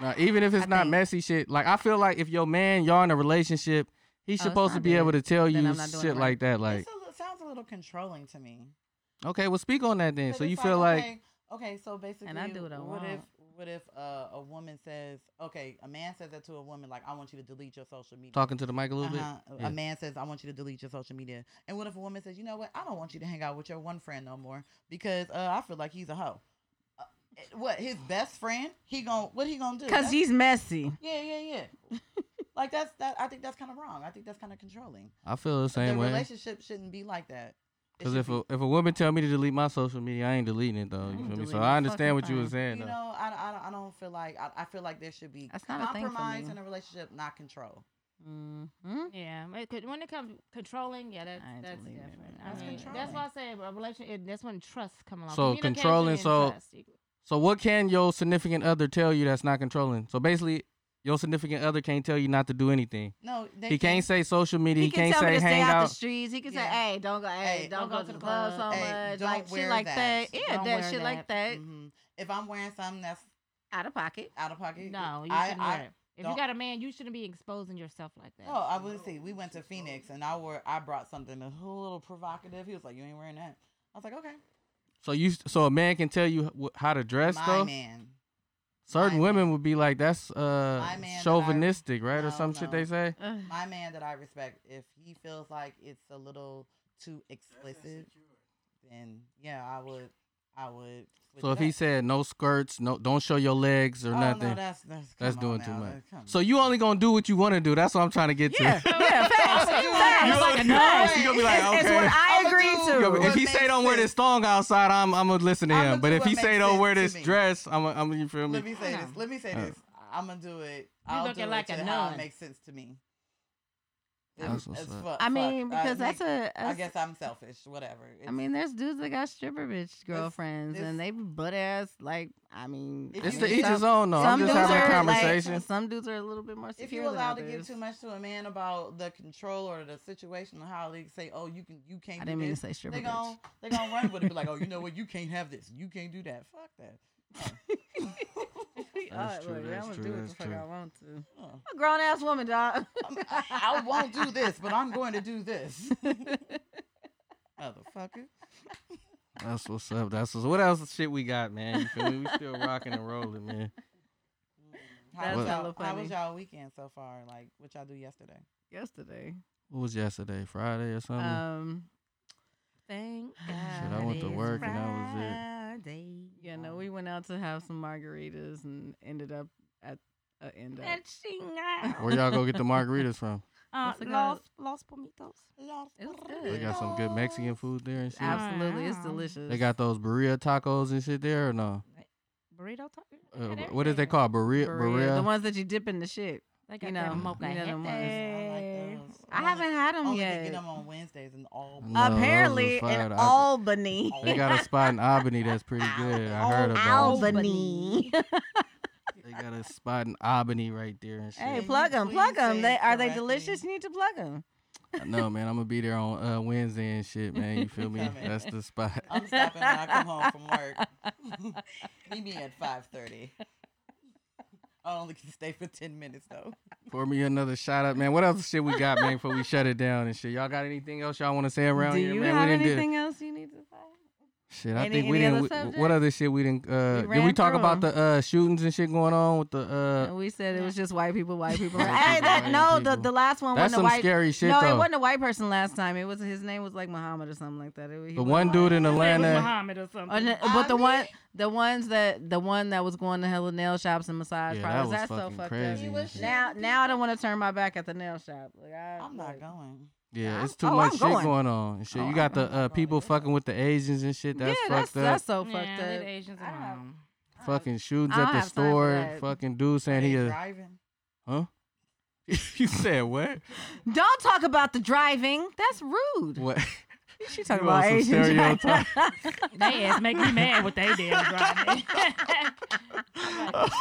B: Now, even if it's
A: I
B: not
A: think-
B: messy shit, like I feel like if your man, y'all in a relationship, he's
A: Oh, it's
B: supposed to
A: not
B: be
A: good.
B: able to tell
A: Then
B: you
A: I'm not doing it
B: shit
A: right.
B: like that. Like,
C: It's a, li- sounds a little controlling to me.
B: okay, well, speak on that then.
C: 'Cause
B: So you
C: it's
B: feel like,
C: okay, okay, so basically,
A: do what I
C: what if
A: want.
C: What if uh, a woman says, okay, a man says that to a woman, like, I want you to delete your social media.
B: Talking to the mic a little
C: Uh-huh.
B: bit.
C: A-
B: Yeah.
C: A man says, I want you to delete your social media. And what if a woman says, you know what? I don't want you to hang out with your one friend no more because uh, I feel like he's a hoe. Uh, it- What his best friend? He gon' what he gonna do?
A: Cause
C: That's-
A: he's messy.
C: yeah, yeah, yeah. like that's that. I think that's kind of wrong. I think that's kind of controlling.
B: I feel the same
C: the
B: way.
C: relationship shouldn't be like that. It
B: Cause
C: should
B: if
C: be-
B: a, if a woman tell me to delete my social media, I ain't deleting it though. You feel me?
A: deleting
B: So I
A: the
B: understand
A: fucking
B: what you were
A: thing.
B: saying
C: you
B: though.
C: know, I, I, don't- I don't feel like I, I feel like there should be
A: That's not a thing for
C: compromise
A: me.
C: in a relationship, not control.
A: Mm-hmm.
I: Yeah, but it could- when it comes to controlling, yeah, that's
A: I ain't
I: that's
A: believe it,
I: different.
A: man.
I: I
C: That's
I: mean, that's
C: controlling.
I: why I say a relationship. That's when trust come along.
B: So
I: Communication
B: controlling,
I: and
B: so-
I: trust.
B: So what can your significant other tell you that's not controlling? So basically, your significant other can't tell you not to do anything.
C: No, they
B: He can't say social media. He,
A: He can
B: can't
A: tell
B: say
A: me to stay
B: hang
A: out,
B: out.
A: the streets. He can
C: Yeah.
A: say, "Hey, don't go. Hey, don't, go, to the club, so
C: Hey,
A: much.
C: don't
A: Like shit,
C: wear
A: like
C: that.
A: that. Yeah,
I: Don't
A: that
I: wear
A: shit like that.
C: Mhm. If I'm wearing something that's
A: Out of pocket.
C: out of pocket,
I: No, you
C: I,
I: shouldn't
C: I,
I: wear it. If you
C: don't- Oh.
I: got a man, you shouldn't be exposing yourself like that.
C: No, I wouldn't see. We went to Phoenix and I wore I brought something a little provocative. He was like, "You ain't wearing that." I was like, "Okay."
B: So you, so a man can tell you wh- how to dress
C: My
B: though.
C: man.
B: Certain
C: my
B: women would be like, that's
C: My
B: uh
C: man that I-
B: chauvinistic, right,
C: No,
B: or some shit
C: no.
B: they say.
A: Ugh.
C: My man that I respect, if he feels like it's a little too explicit, then yeah, I would I would switch
B: So
C: it
B: if he
C: up.
B: said no skirts, no, don't show your legs or
C: oh,
B: nothing.
C: No, that's that's,
B: that's
C: come on
B: doing too
C: now,
B: much.
C: that- come
B: So
C: on.
B: you only gonna do what you want to do. That's what I'm trying to get
A: Yeah,
B: to.
A: yeah, facts.
C: It's
A: facts.
C: like a
A: Facts.
C: no.
B: You gonna be like,
A: It's- It's
B: okay.
A: what I
C: I'ma
B: Yo,
C: do-
A: agree
B: but
A: to.
C: What
B: if he say
C: makes
B: don't wear
C: sense-
B: this thong outside, I'm I'm gonna listen to
C: I'ma
B: him. But
C: do
B: if
C: what
B: he
C: makes
B: say don't
C: sense
B: wear
C: to
B: this
C: me.
B: dress, I'm I'm you feel me?
C: Let me say this. Let me say
B: Uh.
C: this. I'm gonna do it. I'll
I: looking
C: do
I: like
C: it
I: a
C: to how
I: nun.
C: it makes sense to me.
B: That's what's
C: It's
B: up.
C: fu- fuck.
A: I mean,
C: I
A: because that's
C: make-
A: a.
C: I
A: that's-
C: guess I'm selfish. Whatever.
A: I
C: It's-
A: mean, there's dudes that got stripper bitch girlfriends,
C: it's-
A: and they be butt ass. Like, I mean, I
C: If
B: It's
C: you-
A: mean,
B: to each
A: some-
B: his own though. I'm
A: some
B: just
A: dudes
B: having a
A: are, like-
B: conversation.
A: some dudes are a little bit more secure.
C: if you're allowed to
A: than
C: give
A: others.
C: too much to a man about the control or the situation or how they say, "Oh, you can, you can't."
A: I
C: do
A: didn't mean to
C: this,"
A: say stripper
C: They
A: bitch.
C: gon' they gonna run with it. Be like, "Oh, you know what? You can't have this. You can't do that. Fuck that."
B: That's true, that's true, that's true.
A: want to.
C: Huh.
A: A grown ass woman, dog.
C: I'm- I, I won't do this, but I'm going to do this. Motherfucker.
B: That's what's up. That's what's what else shit we got, man. You feel me? We still rocking and rolling, man.
C: How
B: That's
C: was,
A: hella
C: y'all, how
A: funny.
C: was y'all weekend so far? Like, what y'all do yesterday?
A: Yesterday,
B: What was yesterday? Friday or something?
C: Oh,
A: um,
I: Thank
B: Shit, I went to work and that
A: yeah, no, we went out to have some margaritas and ended up at a end up.
B: was it. Where y'all go get the margaritas from?
I: Uh,
A: What's it
I: los,
A: called?
I: los pomitos.
A: It was
B: They
A: good.
B: got some good Mexican food there and shit.
A: Absolutely, it's
I: Wow.
A: delicious.
B: They got those burrito tacos and shit there or no?
I: Burrito. Ta- they
B: Uh,
I: got
B: wh- what is they
I: everything.
B: called? Burrito.
A: Burrito, the
B: Burrito.
A: ones that you dip in the shit.
I: They got
A: You
I: that
A: know,
I: mocha.
A: you know them ones.
I: jefe.
C: I like those.
A: I haven't had them
C: Only
A: yet.
C: can get them on Wednesdays and
B: No,
C: all.
B: those was
A: Apparently
B: fire.
A: in
B: I-
A: Albany.
B: They got a spot in Albany that's pretty good. I heard about. it.
A: Oh, Albany.
B: They got a spot in Albany right there and shit.
A: hey,
C: you
A: plug them, plug
C: please
A: them.
C: say
A: They are they
C: correctly.
A: delicious? You need to plug them.
B: No, man, I'm gonna be there on uh, Wednesday and shit, man. You feel me?
C: Coming.
B: That's the spot.
C: I'm stopping when I come home from work. Meet me at five thirty. I only can stay for ten minutes though.
B: Pour me another shot up, man. What else shit we got, man? Before we shut it down and shit. Y'all got anything else y'all want to say around
A: Do
B: here,
A: you
B: man?
A: have
B: we didn't
A: anything else you need to say?
B: Shit, I
A: Any-
B: think we
A: any other
B: didn't. we- what
A: subject?
B: other shit we didn't? Uh, did we
A: ran
B: talk
A: through
B: about
A: 'em.
B: the uh, shootings and shit going on with the? Uh,
A: And we said it was just white people, white people.
B: White
A: hey,
B: people,
A: that
B: white
A: no, the,
B: people.
A: the last one
B: that's
A: wasn't a
B: some
A: white.
B: scary shit
A: no, it
B: though.
A: wasn't a white person last time. It was his name was like Muhammad or something like that. It, he
B: the
A: wasn't
B: one dude
A: white.
B: in
I: His name was
B: Atlanta.
I: Muhammad or
A: Or
I: something.
A: n- but the one, the ones that the one that was going to hella nail shops and massage
B: Yeah, that
A: parlors.
B: was
A: That's so
B: fucking
A: fucked
B: crazy.
A: up.
B: and shit.
A: Now, now I don't want to turn my back at the nail shop. Like, I,
C: I'm not
A: like-
C: going.
B: Yeah,
A: I'm-
B: it's too
A: oh, I'm
B: much shit
A: going.
B: going on. and Shit,
A: Oh,
B: you got the
C: I'm
B: uh,
C: going.
B: people fucking with the Asians and shit. That's
A: yeah, that's
B: fucked up.
A: that's so
I: yeah,
A: fucked
I: leave
A: up.
I: the Asians
A: I don't-
I: alone.
B: fucking
A: I
B: shootings at
A: don't
B: the
A: have time for
B: store.
A: that.
B: Fucking dude saying he a
C: driving.
B: huh? you said what?
A: Don't talk about the driving. That's rude.
B: What?
A: She talking
B: You want
A: about
B: some
A: Asian driving.
B: stereotype?
I: They ass make me mad with they damn driving.
A: That's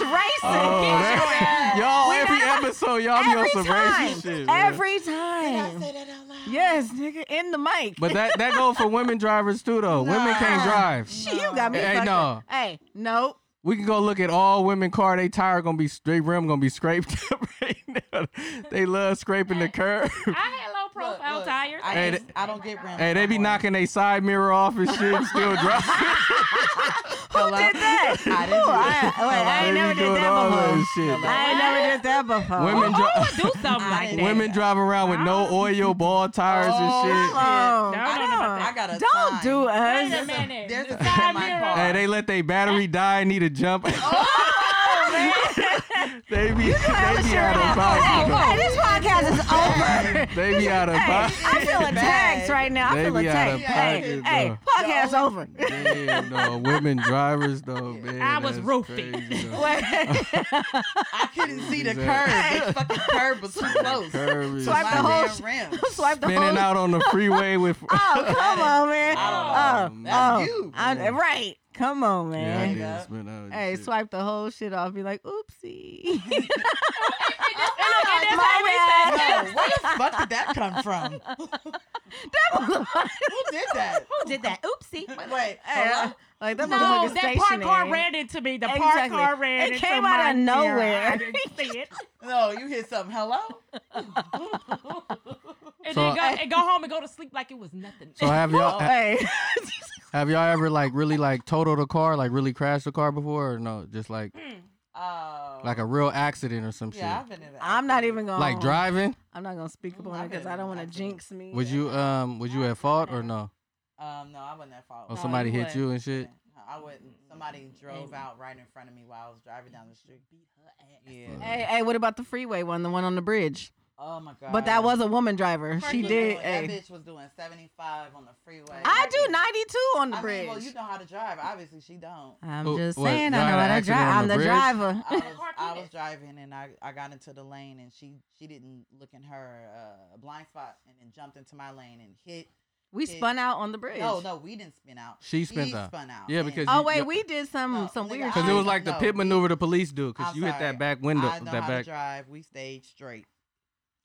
A: racist.
B: Oh, that- y'all,
A: We
B: every
A: not-
B: episode, y'all be on
A: every
B: some
A: time.
B: racist shit. man.
A: every time.
C: that out loud?
A: Yes, nigga, in the mic.
B: But that that go for women drivers too, though. Women can't
A: Nah.
B: drive.
A: Shit, you got me.
B: Hey,
A: fucked
B: no.
A: up. Hey, no.
B: We can go look at all women car. They tire gonna be straight rim gonna be scraped up right now. They love scraping the curb.
I: I had low
C: Look,
I: profile
C: look,
I: tires.
C: I,
B: Hey,
C: just- I don't get rim.
B: hey, they be knocking their side mirror off and shit, and still driving.
A: Who did that?
C: I didn't do that.
A: I, wait, I ain't
B: They
A: never
B: be
A: did
B: doing all
A: that
B: that
A: before. oh,
B: shit.
A: I ain't never did that before.
B: Women,
I: Who
B: dri-
I: would do something like that?
B: women drive around with no oil, ball tires and shit.
A: Oh,
I: I don't know about that.
C: I got a
A: Don't
C: sign.
A: do us.
I: Wait a minute.
C: There's a sign
I: The side
C: in my
I: mirror.
C: car.
B: Hey, they let their battery die and need a jump.
A: Oh,
B: they be, they be out of pocket.
A: Hey, this podcast is over.
B: They be out of
A: Oh, Hey,
B: pocket.
A: I feel attacked right now. I
B: They
A: feel
B: be out
A: attacked.
B: of
A: Hey,
B: pocket,
A: hey, podcast over.
B: Damn, no, women drivers though, man.
I: I was
B: that's
I: roofing.
B: crazy, though.
C: I couldn't see the
B: Exactly.
C: curb. The fucking curb was too close.
B: Curve is
A: Swipe
C: My
A: the whole
C: damn
A: sh-
C: rim.
A: Swipe the
B: spinning
A: whole.
B: out on the freeway with.
A: Oh, come on, man.
C: I
A: Oh,
B: don't know.
A: oh,
C: That's you.
A: I- right. Come on,
B: yeah,
A: man.
B: I did spin out.
G: uh,
B: and
A: Hey,
B: shit.
A: swipe the whole shit off. Be like, oopsie.
I: that's
A: My
I: how we
A: bad.
C: No, where the fuck did that come from? Who did that?
I: Who did that? Oopsie.
C: Wait,
A: Hey,
C: hello?
A: like that
I: No,
A: motherfucker
I: Oh, that park car
A: stationary.
I: ran into me. The
A: Exactly.
I: park car ran
A: It
I: into
A: came
I: my
A: out of
I: mirror.
A: nowhere.
I: I didn't see it.
C: No, you hit something. Hello?
I: And
B: So-
I: then go, and go home and go to sleep like it was nothing.
B: So have y'all ha-
A: Hey,
B: have y'all ever like really like totaled a car, like really crashed a car before, or no? Just like
C: Oh.
B: like a real accident or some
C: yeah, I've
B: shit.
C: been in
A: I'm not even gonna
B: Like driving,
A: I'm not gonna speak up on
C: I've
A: it because
C: been-
A: I don't want to
C: I've been-
A: jinx me.
B: was you um was you at fault or no?
C: Um, no, I wasn't that fault.
B: Or somebody
I: you
B: hit
I: wasn't.
B: you and shit?
C: No, I wouldn't. Somebody drove out right in front of me while I was driving down the street. Yeah.
A: Hey, hey, what about the freeway one, the one on the bridge?
C: Oh my god.
A: But that was a woman driver.
C: First
A: She
C: was
A: did.
C: doing-
A: Hey.
C: That bitch was doing 75 on the freeway.
A: I do 92 on the
C: I
A: bridge.
C: mean, well, you know how to drive. Obviously, she don't.
A: I'm
B: Who-
A: just
B: Oh, what,
A: saying,
B: y'all
A: I know
B: had
A: how
B: an
A: to
B: accident on
A: drive. I'm
B: the
A: the
B: bridge?
A: driver.
C: I was,
I: Park
C: I was
I: unit.
C: driving and I, I got into the lane and she she didn't look in her uh, blind spot and then jumped into my lane and hit.
A: We
C: Shit.
A: spun out on the bridge.
C: No, no, we didn't spin out.
B: She
C: spun
B: spun
C: he
B: out.
C: Spun out.
B: Yeah,
C: and
B: because
A: Oh
B: you-
A: wait,
B: you-
A: we did some
C: No,
A: some
C: nigga,
A: weird.
B: Because it
C: I
B: was
A: shit.
B: like the
C: know.
B: pit maneuver the police do. Because
C: I'm
B: you hit
C: sorry.
B: that back window,
C: I know
B: that
C: how
B: back.
C: to drive. We stayed straight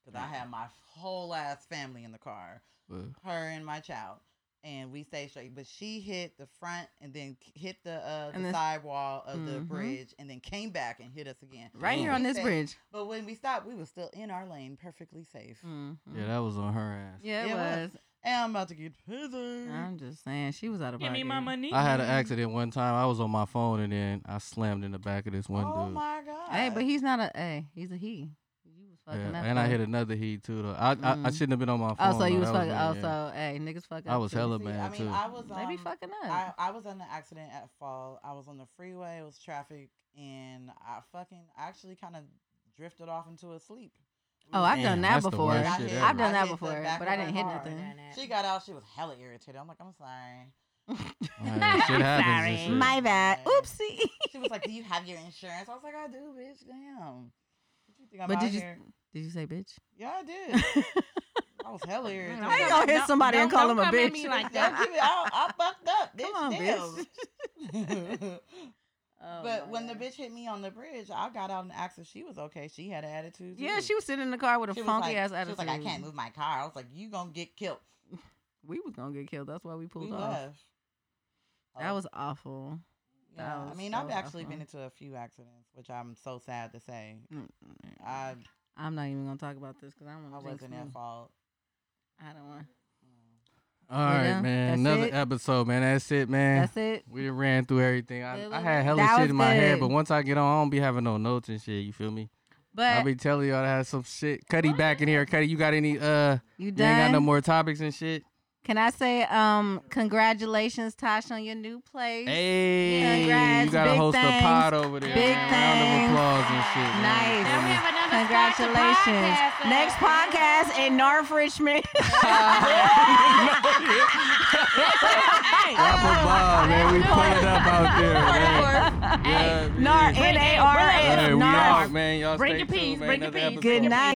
C: because I had my whole ass family in the car,
A: Mm.
B: Well.
C: her and my child, and we stayed straight. But she hit the front and then k- hit the uh, the
A: And then-
C: sidewall of the
A: Mhm.
C: bridge and then came back and hit us again.
A: right here
C: We
A: on this
C: stayed-
A: bridge.
C: But when we stopped, we were still in our lane, perfectly safe.
A: Mhm.
B: Yeah, that was on her ass.
A: Yeah, it,
C: Mm-hmm. It
A: was.
C: was. Mm-hmm. And I'm about to get pissed.
A: I'm just saying, she was out of
I: Give me
A: pocket.
I: my money.
B: I had an accident one time. I was on my phone and then I slammed in the back of this one
C: Oh
B: dude.
C: my god.
A: Hey, but he's not a. Hey, he's a he. You was fucking
B: Yeah,
A: up.
B: and I
A: though.
B: hit another heat too. Though I, I, I
A: Mm.
B: shouldn't have been on my phone.
A: Oh, so you
B: though.
A: was
B: That was
A: fucking.
B: bad,
A: Oh,
B: yeah.
A: so hey, niggas fuck up.
B: I was
A: too.
B: hella
C: See, I
B: bad
C: mean,
B: too.
C: I was
A: They be
C: um,
A: fucking up.
C: I, I was in an accident at fall. I was on the freeway. It was traffic, and I fucking actually kind of drifted off into a sleep.
A: oh, I've done
B: Damn,
A: that
B: that's the
A: before.
B: worst
C: I
B: shit
C: hit-
B: ever.
A: I've done
C: I
A: that
C: hit the
A: before,
C: back
A: but
C: of
A: I
C: her
A: didn't hit
C: car.
A: nothing.
C: She got out. She was hella irritated. I'm like, I'm sorry.
B: Alright, shit happens. and
I: Sorry.
B: shit.
A: My bad. Oopsie.
C: She was like, Do you have your insurance? I was like, I do, bitch. Damn. What you think I'm
A: But
C: out
A: did you-
C: here?
A: Did you say bitch?
C: Yeah, I did. I was hella irritated.
A: I ain't gonna hit
I: Don't-
A: somebody and
I: don't-
A: call
I: don't
A: them a
I: come at
A: bitch.
I: me like
C: Don't
I: that.
C: give it. I, I fucked up, bitch.
A: Come on, bitch.
C: damn.
A: Oh,
C: But
A: my
C: when the
A: God.
C: bitch hit me on the bridge, I got out and asked if she was okay. She had an attitude.
A: Yeah,
C: too.
A: she was sitting in the car with a
C: She was
A: funky
C: like-
A: ass
C: She
A: attitude.
C: was like, I can't move my car. I was like, you gonna get killed.
A: We was gonna get killed. That's why we pulled
C: we
A: off.
C: left.
A: That
C: Oh,
A: was awful. that
C: yeah. I
A: was
C: mean,
A: so
C: I've actually
A: awful.
C: been into a few accidents, which I'm so sad to say.
A: Mm,
C: I
A: I'm not even gonna talk about this because I don't
C: I
A: want to jinx
C: wasn't
A: me.
C: at fault.
A: I don't want.
B: All right,
A: Yeah,
B: man.
A: that's
B: Another
A: it.
B: episode, man. That's it, man.
A: That's it.
B: We done ran through everything. I,
A: Good
B: I
A: little-
B: had hella
A: That
B: shit
A: was
B: in my head,
A: good.
B: but once I get on, I don't be having no notes and shit. You feel me? I
A: But
B: be telling y'all I had some shit. Cuddy back in here. Cuddy, you got any? Uh,
A: you
B: you ain't got
A: done?
B: no more topics and shit.
A: Can I say, um, congratulations, Tosh, on your new place.
B: Hey,
A: Congrats,
B: you gotta
A: big
B: host a
A: things,
B: pod over there.
A: big
B: man. Round of
A: things.
B: applause and shit. man.
A: Nice.
I: Now we have another sponsored
A: Congratulations.
I: podcast.
A: Next podcast in North Richmond.
I: Hey,
B: Drop a bomb, man. We pulling up out there, man.
I: Hey,
B: Yeah,
A: Nar-
B: man.
A: N-A-R-F.
B: Hey, we
A: Narf.
B: out, man. Y'all
I: Bring
B: stay
I: your peas,
B: tuned, man.
I: bring your
B: Another
I: peas.
B: episode.
A: Good night.